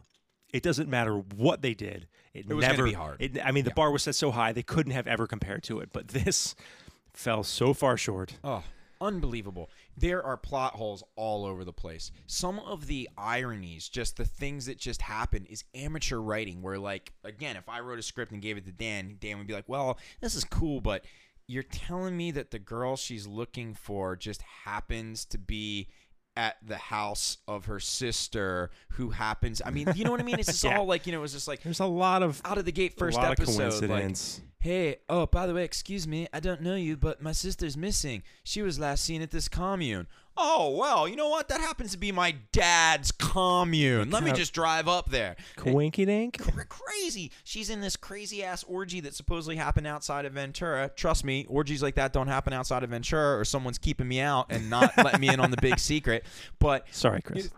It doesn't matter what they did. It,
was gonna
never
be hard.
It, I mean, the
Yeah.
bar was set so high they couldn't have ever compared to it. But this fell so far short.
Oh, unbelievable. There are plot holes all over the place. Some of the ironies, just the things that just happen, is amateur writing where, like, again, if I wrote a script and gave it to Dan, Dan would be like, well, this is cool, but you're telling me that the girl she's looking for just happens to be at the house of her sister who happens i mean you know what i mean it's just
Yeah.
all like you know it was just like
There's a lot of
out of the gate first
a lot
episode
of
like
coincidence.
Hey, oh, by the way, excuse me, I don't know you, but my sister's missing. She was last seen at this commune. Oh, well, you know what? That happens to be my dad's commune. Let me just drive up there.
eh, Coinky dink.
Cra- Crazy. She's in this crazy ass orgy that supposedly happened outside of Ventura. Trust me, orgies like that don't happen outside of Ventura, or someone's keeping me out and not letting me in on the big secret. But
Sorry, Chris.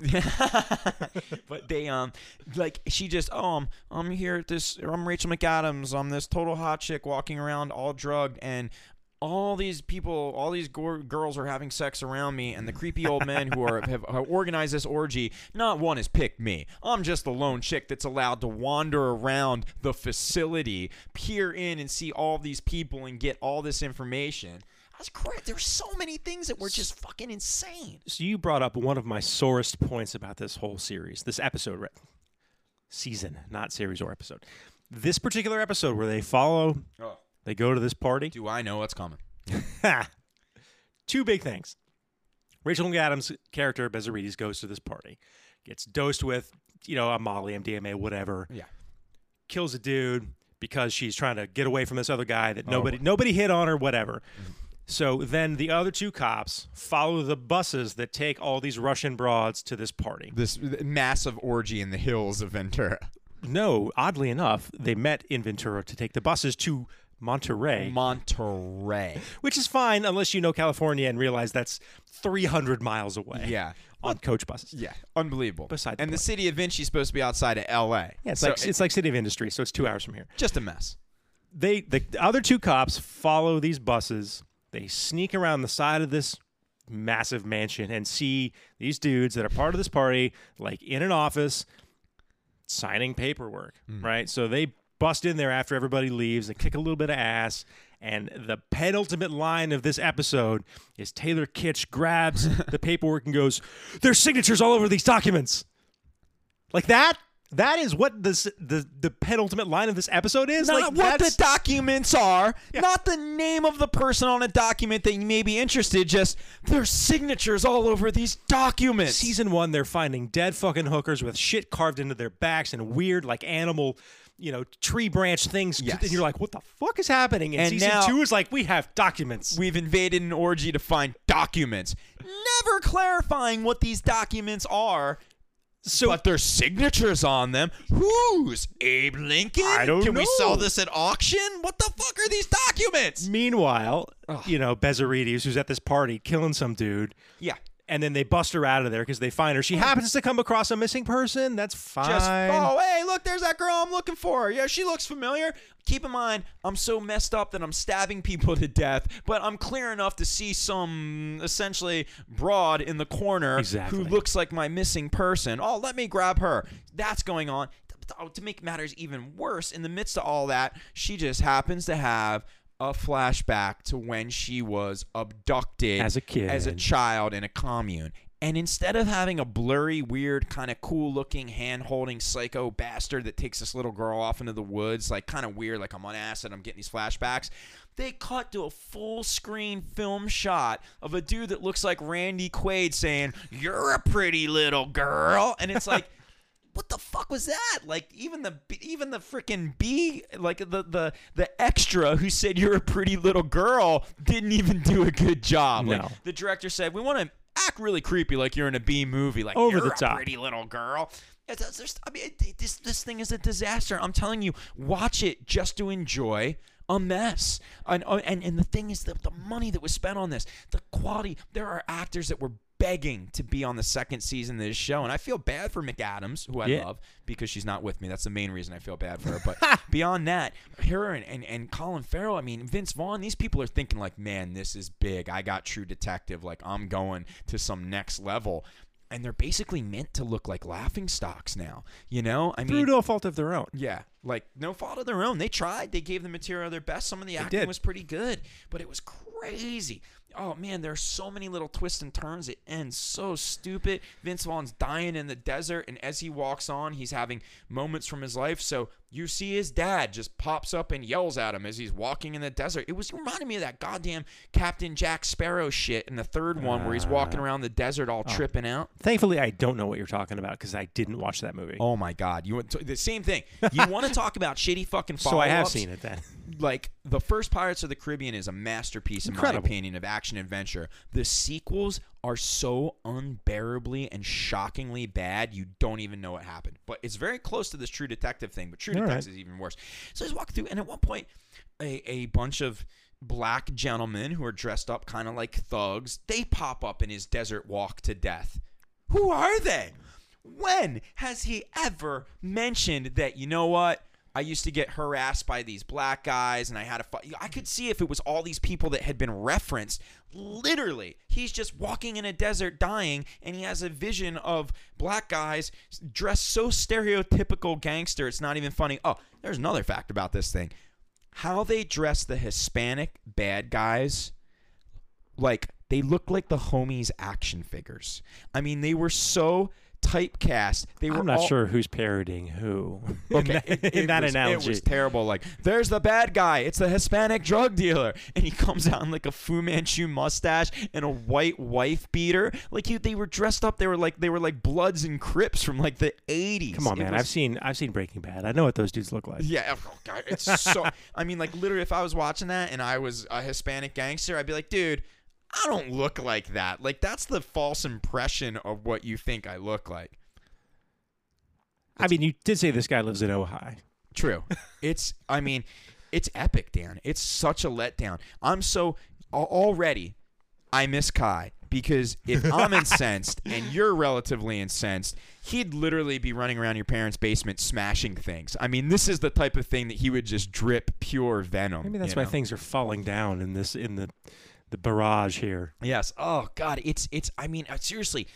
but they um like she just oh I'm, I'm here at this I'm Rachel McAdams I'm this total hot chick walking around all drugged and all these people, all these gor girls are having sex around me, and the creepy old men who are have, have organized this orgy, not one has picked me. I'm just the lone chick that's allowed to wander around the facility, peer in, and see all these people and get all this information. That's correct. There's so many things that were just fucking insane.
So you brought up one of my sorest points about this whole series, this episode, right? season, not series or episode. This particular episode where they follow,
Oh.
they go to this party.
Do I know what's coming?
Ha! Two big things. Rachel McAdams' character, Bezarides, goes to this party, gets dosed with, you know, a Molly, MDMA, whatever,
Yeah.
kills a dude because she's trying to get away from this other guy that nobody nobody hit on her, whatever. So then the other two cops follow the buses that take all these Russian broads to this party.
This massive orgy in the hills of Ventura.
No, oddly enough, they met in Ventura to take the buses to Monterey,
Monterey.
which is fine unless you know California and realize that's 300 miles away.
Yeah.
on coach buses.
Yeah, unbelievable.
Beside the
and the
point.
city of Vinci's supposed to be outside of L.A.
Yeah, it's
So
like it's like City of Industry, so it's two hours from here.
just a mess.
They the, the other two cops follow these buses. They sneak around the side of this massive mansion and see these dudes that are part of this party, like in an office, signing paperwork.
Hmm.
Right, so they bust in there after everybody leaves and kick a little bit of ass. And the penultimate line of this episode is Taylor Kitsch grabs the paperwork and goes, "There's signatures all over these documents." Like that. That is what this the the penultimate line of this episode is.
Not
like
what the
that's-
documents are, not the name of the person on a document that you may be interested. Just their signatures all over these documents.
season one, they're finding dead fucking hookers with shit carved into their backs and weird like animal, you know, tree branch things.
Yes.
And you're like, what the fuck is happening? And,
And
season
now-
two is like, we have documents.
We've invaded an orgy to find documents, never clarifying what these documents are.
so
But their signatures on them. Whose? Abe Lincoln?
I don't
Can we sell
know.
this at auction? What the fuck are these documents?
meanwhile, you know, Bezarides, who's at this party killing some dude.
Yeah.
And then they bust her out of there because they find her. She happens to come across a missing person. That's fine.
Just oh hey, look, there's that girl I'm looking for. Yeah, she looks familiar. Keep in mind, I'm so messed up that I'm stabbing people to death, but I'm clear enough to see some essentially broad in the corner
Exactly.
who looks like my missing person. Oh, let me grab her. That's going on. Oh, To make matters even worse, in the midst of all that, she just happens to have a flashback to when she was abducted
As a kid.
as a child in a commune. And instead of having a blurry, weird, kind of cool looking, hand holding psycho bastard that takes this little girl off into the woods, like kind of weird, like I'm on acid, I'm getting these flashbacks, they cut to a full screen film shot of a dude that looks like Randy Quaid saying, You're a pretty little girl. And it's like, what the fuck was that? Like even the even the freaking B, like the the the extra who said you're a pretty little girl didn't even do a good job.
No.
Like the director said, we want to act really creepy, like you're in a B movie, like
Over
you're
the top.
a pretty little girl. It's- it's- there's- I mean, it- this this thing is a disaster. I'm telling you, watch it just to enjoy a mess. And uh, and, and the thing is, the, the money that was spent on this, the quality. There are actors that were begging to be on the second season of this show, and I feel bad for McAdams, who I
Yeah.
love because she's not with me. That's the main reason I feel bad for her. But beyond that, her and, and, and Colin Farrell, I mean, Vince Vaughn, these people are thinking, like, man, this is big. I got True Detective. Like, I'm going to some next level. And they're basically meant to look like laughing stocks now. You know? I mean,
through no fault of their own.
yeah, like no fault of their own. They tried. They gave the material their best. Some of the acting
did.
was pretty good, but it was crazy. Oh man, there are so many little twists and turns. It ends so stupid. Vince Vaughn's dying in the desert, and as he walks on, he's having moments from his life. So you see his dad just pops up and yells at him as he's walking in the desert. It was reminding me of that goddamn Captain Jack Sparrow shit in the third one where he's walking around the desert all tripping out.
Thankfully, I don't know what you're talking about because I didn't watch that movie.
Oh my god, you want to- the same thing. You want to talk about shitty fucking
so I have
follow-ups?
seen it then.
like the first Pirates of the Caribbean is a masterpiece in
Incredible.
my opinion of action adventure. The sequels are so unbearably and shockingly bad you don't even know what happened. But it's very close to this True Detective thing, but True
All right.
Detective is even worse. So he's walking through, and at one point, a, a bunch of black gentlemen who are dressed up kind of like thugs they pop up in his desert walk to death. Who are they? When has he ever mentioned that? You know what? I used to get harassed by these black guys, and I had a fight. I could see if it was all these people that had been referenced. Literally, he's just walking in a desert dying, and he has a vision of black guys dressed so stereotypical gangster, it's not even funny. Oh, there's another fact about this thing how they dress the Hispanic bad guys like they look like the homies action figures. I mean, they were so typecast. They were
I'm not
all-
sure who's parodying who. in
Okay,
that, in that
was,
analogy.
it was terrible. Like, there's the bad guy. It's the Hispanic drug dealer, and he comes out in like a Fu Manchu mustache and a white wife beater. Like, he, they were dressed up. They were like they were like Bloods and Crips from like the '80s.
Come on,
It
man.
was-
I've seen I've seen Breaking Bad. I know what those dudes look like.
yeah, oh God, it's so. I mean, like literally, if I was watching that and I was a Hispanic gangster, I'd be like, dude, I don't look like that. Like that's the false impression of what you think I look like.
I mean, you did say this guy lives in Ojai.
True. It's. I mean, it's epic, Dan. It's such a letdown. I'm so al- already. I miss Kai because if I'm incensed and you're relatively incensed, he'd literally be running around your parents' basement smashing things. I mean, this is the type of thing that he would just drip pure venom.
Maybe that's
you
why
know?
things are falling down in this in the the barrage here.
Yes. Oh God, it's it's. I mean, uh, seriously,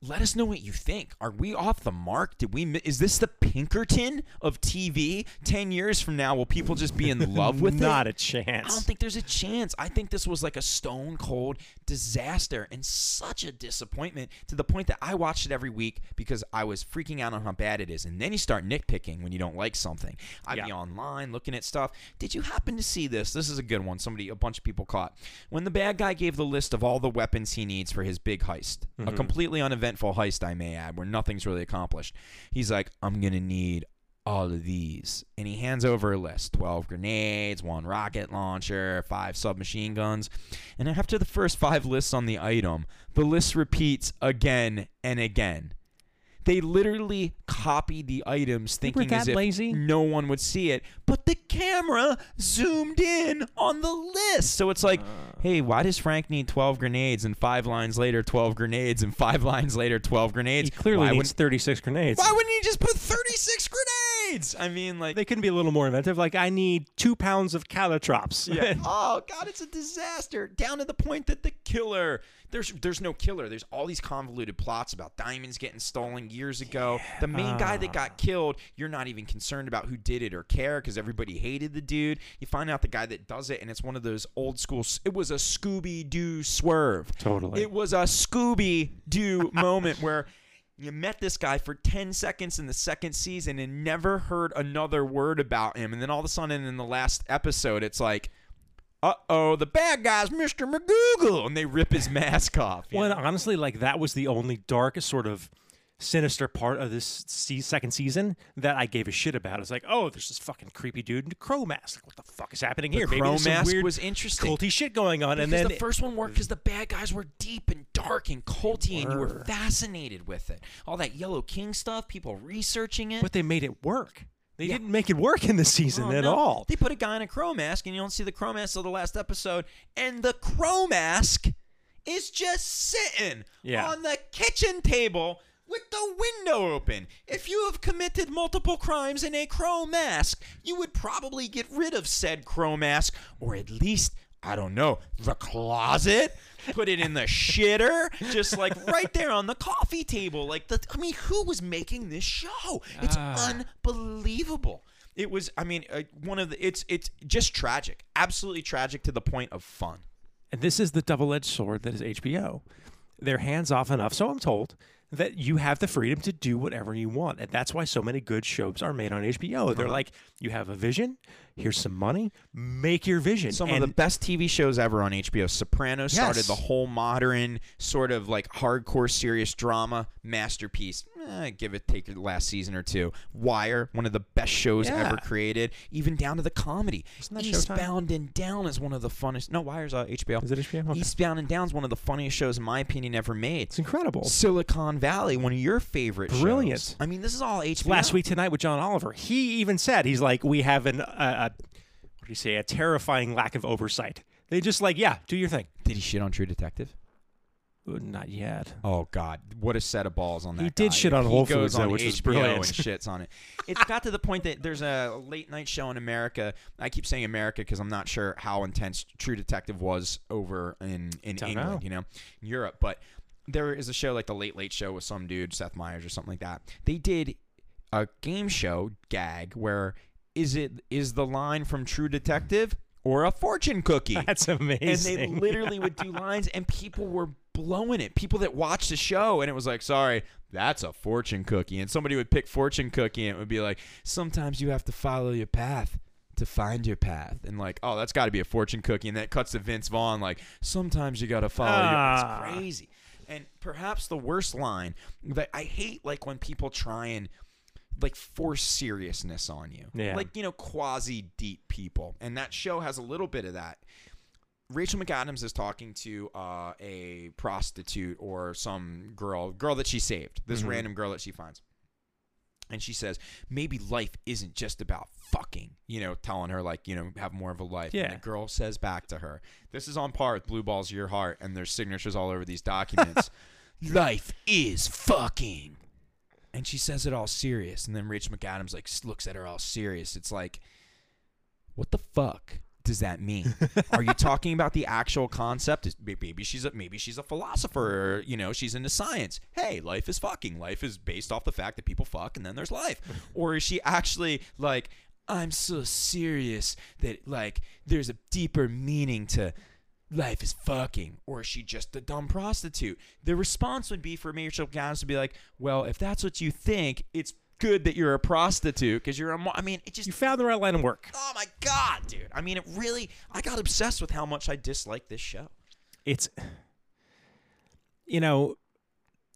let us know what you think. Are we off the mark? Did we? mi- Is this the Pinkerton of TV? Ten years from now, will people just be in love with
Not
it?
a chance.
I don't think there's a chance. I think this was like a stone cold disaster and such a disappointment to the point that I watched it every week because I was freaking out on how bad it is. And then you start nitpicking when you don't like something. I'd be
Yeah.
online looking at stuff. Did you happen to see this? This is a good one. Somebody, a bunch of people caught. When the bad guy gave the list of all the weapons he needs for his big heist,
Mm-hmm.
a completely uneventful heist, I may add, where nothing's really accomplished, he's like, I'm going to need all of these. And he hands over a list 12 grenades, one rocket launcher, five submachine guns. And after the first five lists on the item, the list repeats again and again. They literally copied the items thinking
that
as if
lazy?
no one would see it, but the camera zoomed in on the list. So it's like,
Uh.
hey, why does Frank need 12 grenades and five lines later 12 grenades and five lines later 12 grenades?
He clearly
why
needs
wouldn't,
36 grenades.
why wouldn't he just put 36 grenades? I mean, like
they couldn't be a little more inventive? Like, I need two pounds of calatrops.
Yeah. oh God, it's a disaster. Down to the point that the killer there's there's no killer. There's all these convoluted plots about diamonds getting stolen years ago. The main guy that got killed, you're not even concerned about who did it or care because everybody hated the dude. You find out the guy that does it, and it's one of those old school. s- It was a Scooby Doo swerve.
Totally.
It was a Scooby Doo moment where. You met this guy for 10 seconds in the second season and never heard another word about him. And then all of a sudden, in the last episode, it's like, uh oh, the bad guy's Mr. McGoogle. And they rip his mask off. you
Well, and
know?
honestly, like that was the only dark sort of sinister part of this se- second season that I gave a shit about. It's like, oh, there's this fucking creepy dude in a crow mask. Like, what the fuck is happening here? Maybe
crow
there's some
mask
weird
was interesting.
culty shit going on. and
Because
then
the first one worked because the bad guys were deep and dark and culty, and you were fascinated with it. All that Yellow King stuff, people researching it.
but they made it work. They didn't make it work in this season
Oh,
at
no.
all.
They put a guy in a crow mask, and you don't see the crow mask till the last episode. And the crow mask is just sitting
Yeah.
on the kitchen table with the window open. If you have committed multiple crimes in a crow mask, you would probably get rid of said crow mask, or at least. I don't know, the closet, put it in the shitter, just like right there on the coffee table. Like the I mean, who was making this show? It's unbelievable. It was, I mean, uh, one of the. It's it's just tragic, absolutely tragic to the point of fun.
And this is the double edged sword that is HBO. They're hands off enough, so I'm told, that you have the freedom to do whatever you want. And that's why so many good shows are made on HBO.
Uh-huh.
They're like, you have a vision, here's some money, make your vision.
Some
And
of the best TV shows ever on HBO. Sopranos started
Yes.
the whole modern sort of like hardcore serious drama masterpiece. Eh, give it take it last season or two. Wire, one of the best shows ever
Yeah.
created, even down to the comedy.
that Showtime?
Eastbound and Down is one of the funnest. No, Wire's uh, HBO.
Is it HBO? Okay.
Eastbound and Down is one of the funniest shows, in my opinion, ever made.
It's incredible.
Silicon Valley, one of your favorite
Brilliant.
shows. I mean, this is all HBO.
Last week tonight with John Oliver, he even said, he's like, we have an, uh, a, what do you say, a terrifying lack of oversight. They just like, yeah, do your thing.
Did he shit on True Detective?
Not yet.
Oh God, what a set of balls on that.
He did
guy.
shit on
He
Whole
goes
Foods,
on
though, which was
HBO
brilliant.
And shits on it. It's got to the point that there's a late night show in America. I keep saying America because I'm not sure how intense True Detective was over in in
Don't
England,
know.
you know, in Europe. But there is a show like the Late Late Show with some dude, Seth Meyers or something like that. They did a game show gag where is it is the line from True Detective or a fortune cookie?
That's
and they
amazing.
literally would do lines and people were blowing it people that watched the show and it was like sorry that's a fortune cookie and somebody would pick fortune cookie and it would be like sometimes you have to follow your path to find your path and like oh that's got to be a fortune cookie and that cuts to vince vaughn like sometimes you gotta follow
Ah.
your it's crazy and perhaps the worst line that i hate like when people try and like force seriousness on you
Yeah.
like you know quasi deep people and that show has a little bit of that Rachel McAdams is talking to uh, a prostitute or some girl, girl that she saved, this random girl that she finds. And she says, maybe life isn't just about fucking, you know, telling her, like, you know, have more of a life. And
Yeah.
the girl says back to her, this is on par with Blue Balls Your Heart, and there's signatures all over these documents. life is fucking. And she says it all serious. And then Rachel McAdams, like, s- looks at her all serious. It's like, what the fuck does that mean? Are you talking about the actual concept? Is- may- Maybe she's a maybe she's a philosopher. Or, you know, she's into science. Hey, life is fucking. Life is based off the fact that people fuck, and then there's life. Or is she actually like, I'm so serious that like there's a deeper meaning to life is fucking, or is she just a dumb prostitute? The response would be for Rachel McAdams to be like, well, if that's what you think, it's good that you're a prostitute because you're a. Mo- I mean, it just
you found the right line of work.
Oh my god, dude! I mean, it really. I got obsessed with how much I dislike this show.
It's, you know,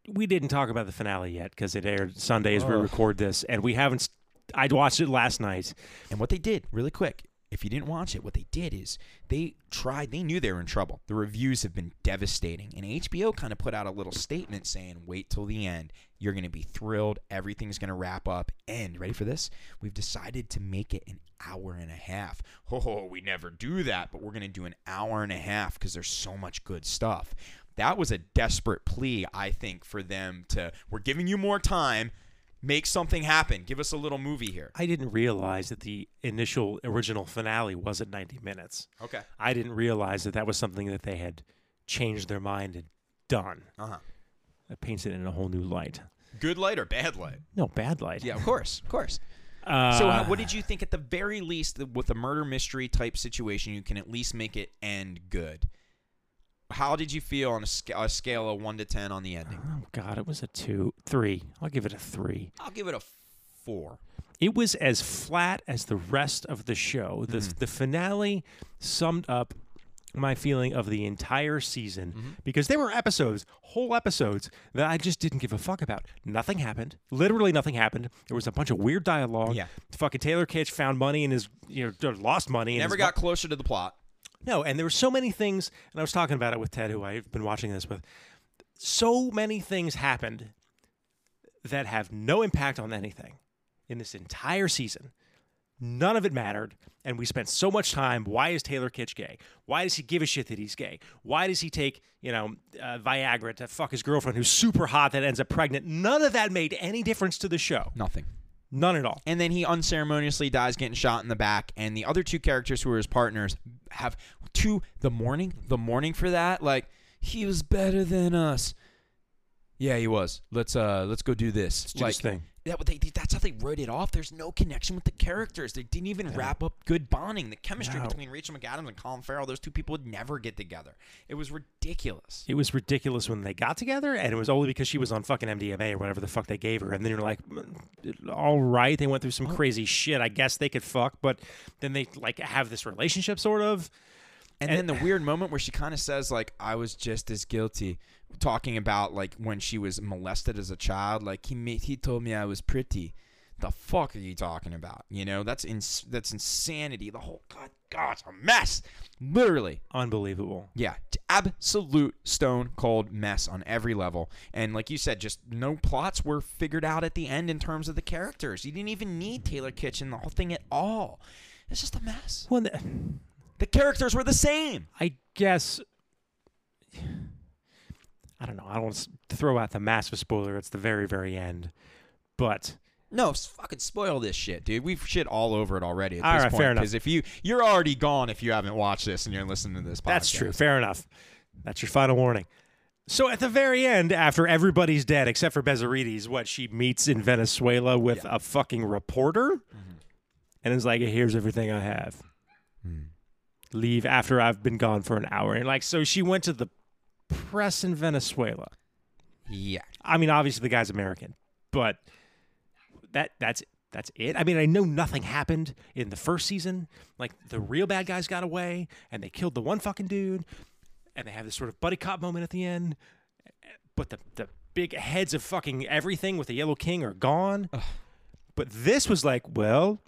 we didn't talk about the finale yet because it aired Sunday as we
Ugh.
record this, and we haven't. St- I'd watched it last night.
And what they did, really quick, if you didn't watch it, what they did is they tried. They knew they were in trouble. The reviews have been devastating, and HBO kind of put out a little statement saying, "Wait till the end. You're going to be thrilled. Everything's going to wrap up." And ready for this? We've decided to make it an hour and a half. Oh, we never do that, but we're going to do an hour and a half because there's so much good stuff. That was a desperate plea, I think, for them to. We're giving you more time. Make something happen. Give us a little movie here.
I didn't realize that the initial original finale wasn't 90 minutes.
Okay.
I didn't realize that that was something that they had changed their mind and done.
Uh huh.
It paints it in a whole new light.
Good light or bad light?
No, bad light.
Yeah, of course, of course.
Uh,
so, how, what did you think? At the very least, that with a murder mystery type situation, you can at least make it end good. How did you feel on a, sc- a scale of one to ten on the ending?
Oh God, it was a two, three. I'll give it a three.
I'll give it a four.
It was as flat as the rest of the show. The
Mm-hmm.
the finale summed up my feeling of the entire season
Mm-hmm.
because there were episodes, whole episodes that I just didn't give a fuck about. Nothing happened. Literally nothing happened. There was a bunch of weird dialogue.
Yeah.
Fucking Taylor Kitsch found money and his you know lost money. and
Never
his
got closer to the plot.
no, and there were so many things, and I was talking about it with Ted, who I've been watching this with. So many things happened that have no impact on anything in this entire season. None of it mattered, and we spent so much time. Why is Taylor Kitsch gay? Why does he give a shit that he's gay? Why does he take, you know, uh, Viagra to fuck his girlfriend who's super hot that ends up pregnant? None of that made any difference to the show.
Nothing.
None at all.
And then he unceremoniously dies getting shot in the back. And the other two characters who are his partners have two the morning, the morning for that. Like he was better than us. Yeah, he was. Let's uh let's go do this.
do this thing.
That what they did- that's how they wrote it off. There's no connection with the characters. They didn't even wrap up good bonding. The chemistry
No.
between Rachel McAdams and Colin Farrell, those two people would never get together. It was ridiculous.
It was ridiculous when they got together, and it was only because she was on fucking MDMA or whatever the fuck they gave her. And then you're like, "Mm, all right, they went through some crazy shit. I guess they could fuck, but then they like have this relationship sort of.
And, then the weird moment where she kind of says like I was just as guilty, talking about like when she was molested as a child. Like he made, he told me I was pretty. The fuck are you talking about? You know that's ins- that's insanity. The whole god, god, it's a mess. Literally,
Unbelievable.
yeah, t- absolute stone cold mess on every level. And like you said, just no plots were figured out at the end in terms of the characters. You didn't even need Taylor Kitchen the whole thing at all. It's just a mess.
Well, th-
The characters were the same.
I guess I don't know. I don't want to throw out the massive spoiler. It's the very, very end. But
No, s- fucking spoil this shit, dude. We've shit all over it already at
All
this
right,
point.
fair enough.
Because if you you're already gone if you haven't watched this and you're listening to this podcast.
That's true. Fair enough. That's your final warning. So at the very end, after everybody's dead except for Bezarides, what she meets in Venezuela with a fucking reporter, and is like, "Here's everything I have. Leave after I've been gone for an hour." And like, so she went to the press in Venezuela.
Yeah.
I mean, obviously the guy's American, but that that's that's it. I mean, I know nothing happened in the first season. Like the real bad guys got away, and they killed the one fucking dude, and they have this sort of buddy cop moment at the end. But the the big heads of fucking everything with the Yellow King are gone. But this was like, well,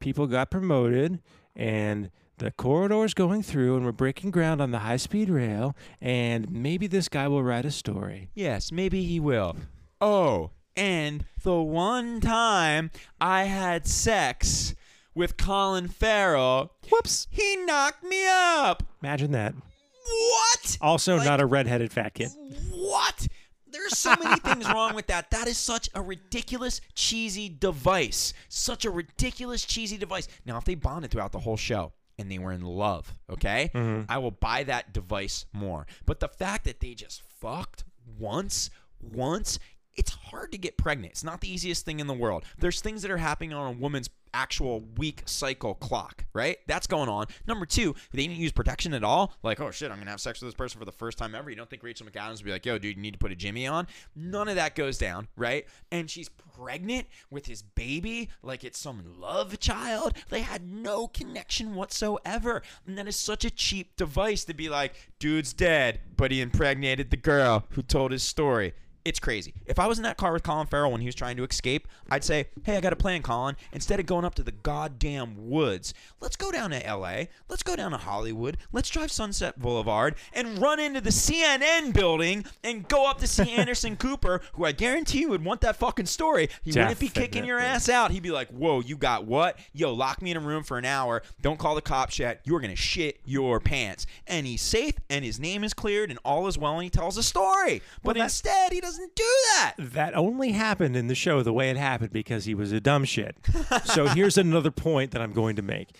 people got promoted, and the corridor's going through, and we're breaking ground on the high speed rail, and maybe this guy will write a story.
Yes, maybe he will. Oh, and the one time I had sex with Colin Farrell,
Whoops.
he knocked me up.
Imagine that.
What?
Also,
Like-
not a redheaded fat kid.
What? There's so many things wrong with that. That is such a ridiculous, cheesy device. Such a ridiculous, cheesy device. Now, if they bonded throughout the whole show and they were in love, okay, I will buy that device more. But the fact that they just fucked once, once, it's hard to get pregnant. It's not the easiest thing in the world. There's things that are happening on a woman's actual week cycle clock, right? That's going on. Number two, they didn't use protection at all. Like, oh shit, I'm gonna have sex with this person for the first time ever. You don't think Rachel McAdams would be like, yo, dude, you need to put a Jimmy on? None of that goes down, right? And she's pregnant with his baby, like it's some love child. They had no connection whatsoever. And that is such a cheap device to be like, dude's dead, but he impregnated the girl who told his story. It's crazy. If I was in that car with Colin Farrell when he was trying to escape, I'd say, "Hey, I got a plan, Colin. Instead of going up to the goddamn woods, let's go down to L.A. Let's go down to Hollywood. Let's drive Sunset Boulevard and run into the CNN building and go up to see Anderson Cooper, who I guarantee you would want that fucking story. He wouldn't be kicking your
Definitely.
ass out. He'd be like, "Whoa, you got what? Yo, lock me in a room for an hour. Don't call the cops yet. You're gonna shit your pants." And he's safe, and his name is cleared, and all is well, and he tells a story. But
that-
instead, he doesn't do that.
That only happened in the show the way it happened because he was a dumb shit. so here's another point that I'm going to make.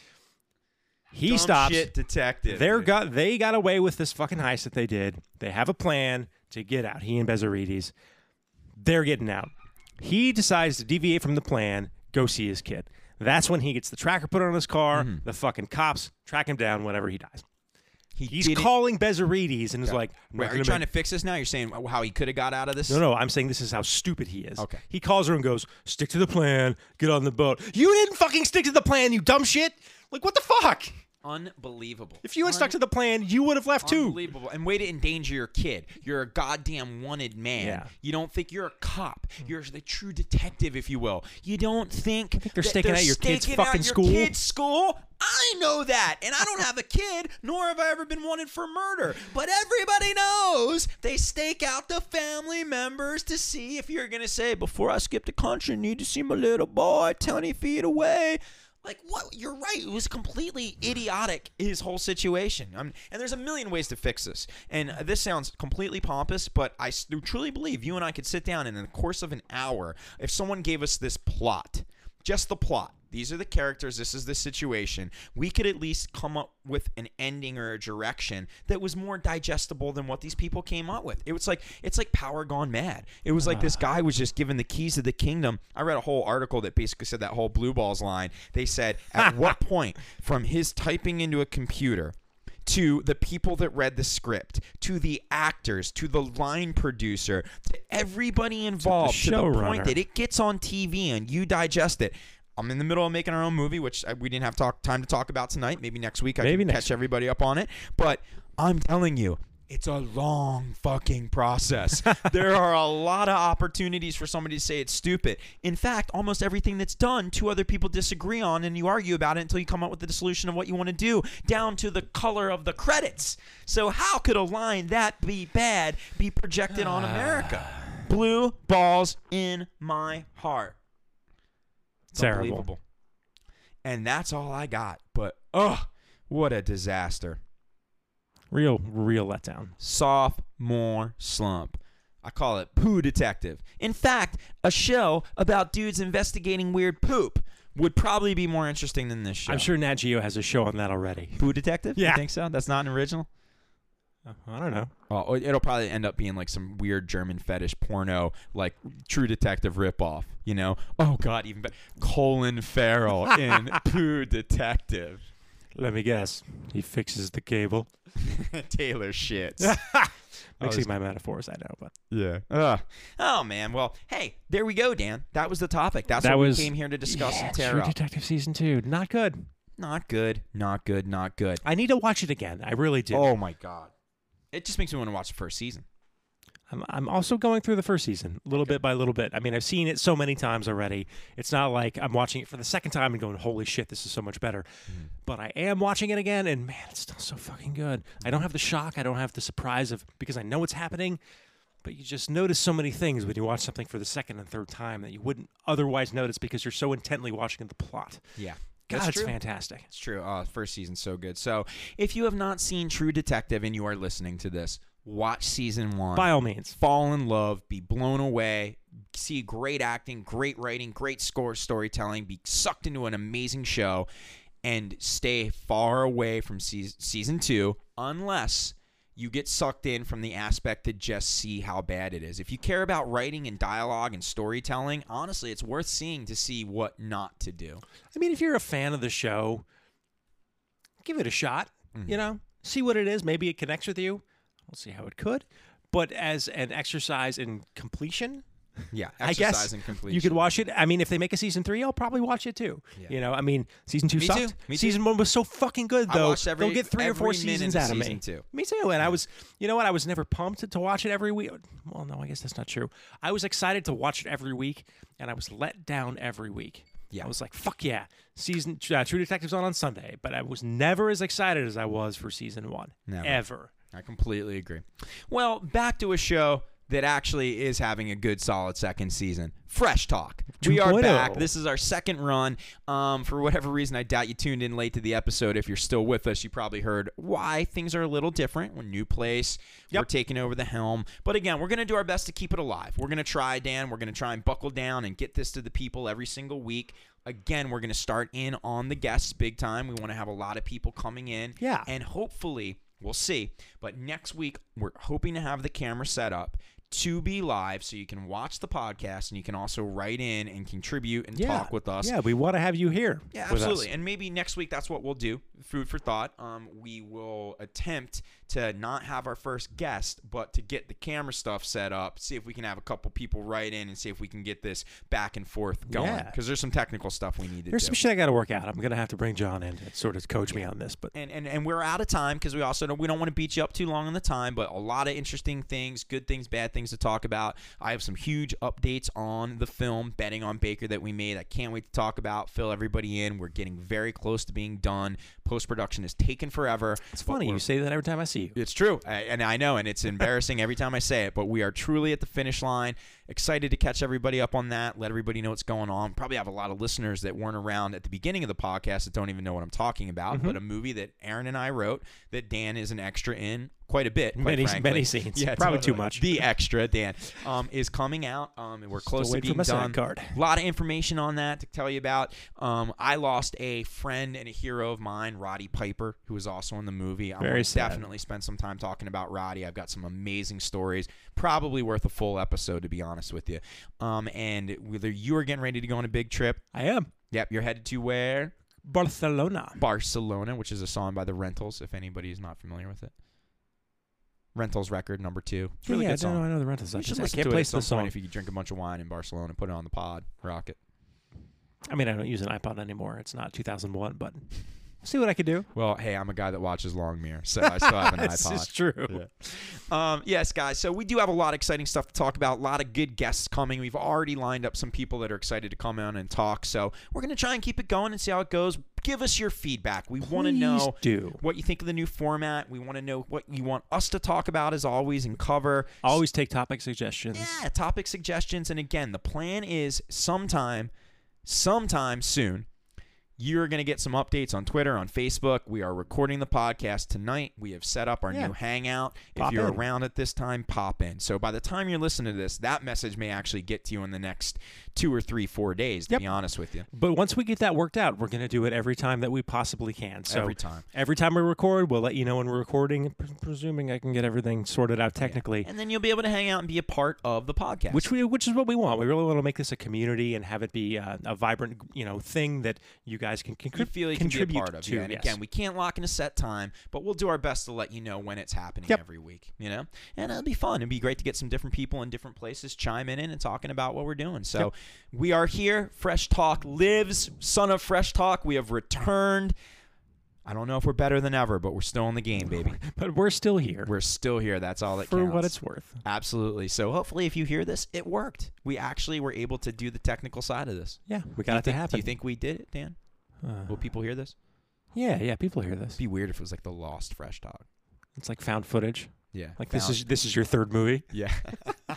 He
Dumb
stops.
Shit detective.
They're
dude.
got they got away with this fucking heist that they did. They have a plan to get out. He and Bezarides, they're getting out. He decides to deviate from the plan, go see his kid. That's when he gets the tracker put on his car.
Mm-hmm.
The fucking cops track him down. Whenever he dies,
He
he's
didn't-
calling Bezarides and is like, "I'm not
Wait, are you
gonna
trying
make-
to fix this now? You're saying how he could have got out of this?
No, no, I'm saying this is how stupid he is.
Okay.
He calls her and goes, stick to the plan, get on the boat. You didn't fucking stick to the plan, you dumb shit. Like, what the fuck?
Unbelievable.
If you had stuck to the plan, you would have left too.
Unbelievable. And way to endanger your kid. You're a goddamn wanted man.
Yeah.
You don't think you're a cop. You're the true detective, if you will. You don't think,
they're
that
staking out your kid's
staking out
fucking
your
school?
kid's school. I know that. And I don't have a kid, nor have I ever been wanted for murder. But everybody knows they stake out the family members to see if you're going to say, before I skip the country, need to see my little boy 20 feet away. Like what? You're right. It was completely idiotic. His whole situation. i and there's a million ways to fix this. And uh, this sounds completely pompous, but I s- truly believe you and I could sit down and in the course of an hour, if someone gave us this plot, just the plot. These are the characters. This is the situation. We could at least come up with an ending or a direction that was more digestible than what these people came up with. It was like it's like Power Gone Mad. It was like this guy was just given the keys of the kingdom. I read a whole article that basically said that whole blue balls line. They said at what point from his typing into a computer to the people that read the script, to the actors, to the line producer, to everybody involved, to the, point
showrunner.
that it gets on TV and you digest it. I'm in the middle of making our own movie, which I- we didn't have talk, time to talk about tonight. Maybe next week I
Maybe
can
next
catch everybody up on it. But I'm telling you, it's a long fucking process. there are a lot of opportunities for somebody to say it's stupid. In fact, almost everything that's done, two other people disagree on, and you argue about it until you come up with the solution of what you want to do, down to the color of the credits. So, how could a line that be bad be projected on
Ah.
America? Blue balls in my heart. It's
Terrible.
unbelievable. And that's all I got. But, oh, what a disaster.
Real, real letdown.
sophomore slump. I call it poo detective. In fact, a show about dudes investigating weird poop would probably be more interesting than this show.
I'm sure Nat Geo has a show on that already.
Poo detective?
Yeah.
You think so? That's not an original?
Uh, I don't know.
Oh, it'll probably end up being like some weird German fetish porno, like True Detective ripoff. You know? Oh God, even better. Colin Farrell in Poo Detective.
Let me guess. He fixes the cable.
Taylor shits.
Mixing my metaphors, I know, but
Yeah. Ugh. Oh man. Well, hey, there we go, Dan. That was the topic. That's
That
what
was-
we came here to discuss
Yeah,
and tear
True
up.
Detective season two, not good.
Not good. Not good. Not good.
I need to watch it again. I really do.
Oh my god. It just makes me want to watch the first season.
I'm, I'm also going through the first season, little bit by little bit. I mean, I've seen it so many times already. It's not like I'm watching it for the second time and going, "Holy shit, this is so much better."
Mm-hmm.
But I am watching it again, and man, it's still so fucking good. I don't have the shock, I don't have the surprise of because I know what's happening. But you just notice so many things when you watch something for the second and third time that you wouldn't otherwise notice because you're so intently watching the plot.
Yeah.
God,
That's
it's
true.
fantastic.
It's true. Oh, first season's so good. So, if you have not seen True Detective and you are listening to this, watch season 1.
By all means,
fall in love, be blown away, see great acting, great writing, great score, storytelling, be sucked into an amazing show, and stay far away from season, season two unless you get sucked in from the aspect to just see how bad it is. If you care about writing and dialogue and storytelling, honestly, it's worth seeing to see what not to do.
I mean, if you're a fan of the show, give it a shot. You know, see what it is. Maybe it connects with you. We'll see how it could. But as an exercise in completion,
Yeah,
I guess
exercise and completion.
you could watch it. I mean, if they make a season three, I'll probably watch it too.
Yeah.
You know, I mean, season two
Me
sucked.
too. Me too.
season one was so fucking good
I
though.
watched every-
They'll get three or four
every minute
seasons
of
out of me.
season two.
Me too. And I was, you know what? I was never pumped to watch it every week. Well, no, I guess that's not true. I was excited to watch it every week, and I was let down every week.
Yeah.
I was like, fuck yeah, season uh, True Detective's on on Sunday, but I was never as excited as I was for season one.
Never.
Ever.
I completely agree. Well, back to a show that actually is having a good solid second season. Fresh Talk. We are
2.0.
back. This is our second run. Um, for whatever reason, I doubt you tuned in late to the episode. If you're still with us, you probably heard why things are a little different. We're new place. We're taking over the helm. But again, we're going to do our best to keep it alive. We're going to try, Dan. We're going to try and buckle down and get this to the people every single week. Again, we're going to start in on the guests big time. We want to have a lot of people coming in.
Yeah.
And hopefully, we'll see. But next week, we're hoping to have the camera set up to be live so you can watch the podcast and you can also write in and contribute and talk with us.
Yeah, we want to have you here.
Yeah,
with us.
absolutely. And maybe next week that's what we'll do. Food for thought. Um, we will attempt to not have our first guest, but to get the camera stuff set up, see if we can have a couple people write in and see if we can get this back and forth going.
Yeah.
Because there's some technical stuff we need to
There's
do.
some shit I got to work out. I'm gonna have to bring John in to sort of coach me on this, but
and, and and we're out of time because we also don't, we don't want to beat you up too long on the time, but a lot of interesting things, good things, bad things to talk about. I have some huge updates on the film betting on Baker that we made. I can't wait to talk about. Fill everybody in. We're getting very close to being done. Post production is taken forever.
it's funny. You say that every time I see you.
It's true, I- and I know, and it's embarrassing every time I say it. But we are truly at the finish line. Excited to catch everybody up on that. Let everybody know what's going on. Probably have a lot of listeners that weren't around at the beginning of the podcast that don't even know what I'm talking about.
Mm-hmm.
But a movie that Aaron and I wrote that Dan is an extra in quite a bit. Quite
Many-
frankly.
many scenes. Probably too much.
The extra Dan um, is coming out. Um, and we're close to
waiting for
being
my sign
done.
card.
A lot of information on that to tell you about. Um, I lost a friend and a hero of mine, Roddy Piper, who was also in the movie. I'm
Very
gonna
sad.
definitely spend some time talking about Roddy. I've got some amazing stories, probably worth a full episode to be honest with you. Um, and whether you are getting ready to go on a big trip,
I am
yep, you're headed to where
Barcelona.
Barcelona, which is a song by the Rentals. If anybody is not familiar with it, Rentals record number two. It's a really
yeah,
good song.
No, I know the rentals.
You
I
should
just I
listen
can't
to it
place
at some
the song.
point if you could drink a bunch of wine in Barcelona and put it on the pod. Rock it.
I mean, I don't use an iPod anymore. It's not 2001, but see what I could do.
Well, hey, I'm a guy that watches Long Mirror, so I still have an
This
iPod.
is true.
Um, yes, guys. So we do have a lot of exciting stuff to talk about. A lot of good guests coming. We've already lined up some people that are excited to come on and talk. So we're gonna try and keep it going and see how it goes. Give us your feedback. We want to
Please
know
do.
what you think of the new format. We want to know what you want us to talk about, as always, and cover.
Always take topic suggestions.
Yeah, topic suggestions. And again, the plan is sometime, sometime soon, You're going to get some updates on Twitter, on Facebook. We are recording the podcast tonight. We have set up our
Yeah.
new Hangout.
Pop
if you're
in.
around at this time, pop in. So by the time you're listening to this, that message may actually get to you in the next two or three, four days, to
Yep.
be honest with you.
But once we get that worked out, we're going to do it every time that we possibly can. So
Every time.
every time we record, we'll let you know when we're recording, pre- presuming I can get everything sorted out technically.
And then you'll be able to hang out and be a part of the podcast.
Which we, which is what we want. We really want to make this a community and have it be uh, a vibrant, you know, thing that you guys can,
you
contrib-
feel you can be a
contribute
part of.
to.
yeah. And
yes.
again, we can't lock in a set time, but we'll do our best to let you know when it's happening
Yep.
every week. You know, and it'll be fun. It'd be great to get some different people in different places chiming in and talking about what we're doing. So we are here. Fresh Talk lives. Son of Fresh Talk, we have returned. I don't know if we're better than ever, but we're still in the game, baby.
but we're still here
We're still here. That's all that
for
counts.
what it's worth.
Absolutely. So hopefully, if you hear this, it worked. We actually were able to do the technical side of this.
Yeah, we got it to happen.
Do you think we did it, Dan?
Uh,
Will people hear this?
yeah, yeah, people hear this.
It'd be weird if it was like the lost fresh dog.
It's like found footage.
Yeah.
Like this is this is your third movie
yeah.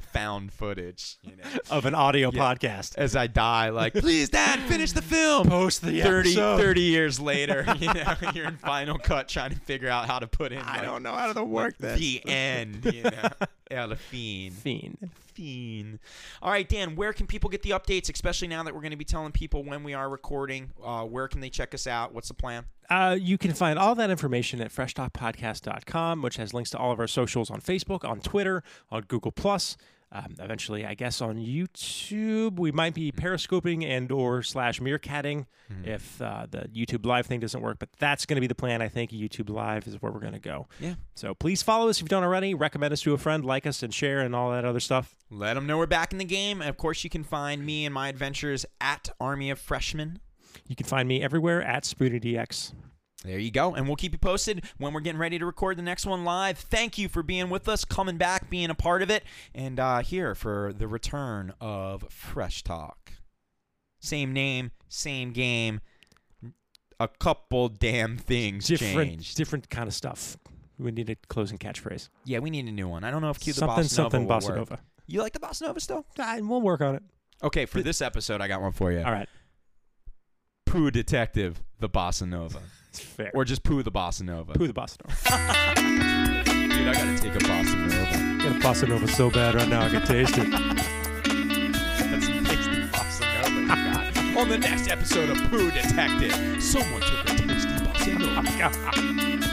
found footage, you know.
of an audio
Yeah.
podcast.
As I die, like, please, Dad, finish the film.
Post the
30,
episode.
30 years later, you know, you're in Final Cut trying to figure out how to put in like,
know how to work
the end, you know. El Fiend.
Fiend.
Fiend. All right, Dan, where can people get the updates, especially now that we're going to be telling people when we are recording? Uh, where can they check us out? What's the plan?
Uh, you can find all that information at freshtalkpodcast.com, which has links to all of our socials on Facebook, on Twitter, on Google Plus. Um, eventually, I guess on YouTube, we might be
Mm-hmm.
periscoping and or slash meerkatting if uh, the YouTube live thing doesn't work. But that's going to be the plan. I think YouTube live is where we're going to go.
Yeah.
So please follow us if you don't already. Recommend us to a friend, like us, and share, and all that other stuff.
Let them know we're back in the game. And of course, you can find me and my adventures at Army of Freshmen.
You can find me everywhere at SpooneyDX.
There you go. And we'll keep you posted when we're getting ready to record the next one live. Thank you for being with us, coming back, being a part of it, and uh, here for the return of Fresh Talk. Same name, same game. A couple damn things
Different,
changed.
different kind of stuff. We need a closing catchphrase.
Yeah, we need a new one. I don't know if Q the Bossa
something,
Nova
something
will
bossa
work.
nova.
You like the Bossa Nova still?
Ah, we'll work on it.
Okay, for this episode, I got one for you.
All right.
Pooh Detective, the Bossa Nova.
It's fair.
Or just Pooh the Bossa Nova.
Poo the bossa nova.
Dude, I gotta take a Boston Nova.
I got a bossa nova so bad right now I can taste it.
That's the tasty Bossa Nova you got. On the next episode of Pooh Detective, someone took a tasty Bossa Nova.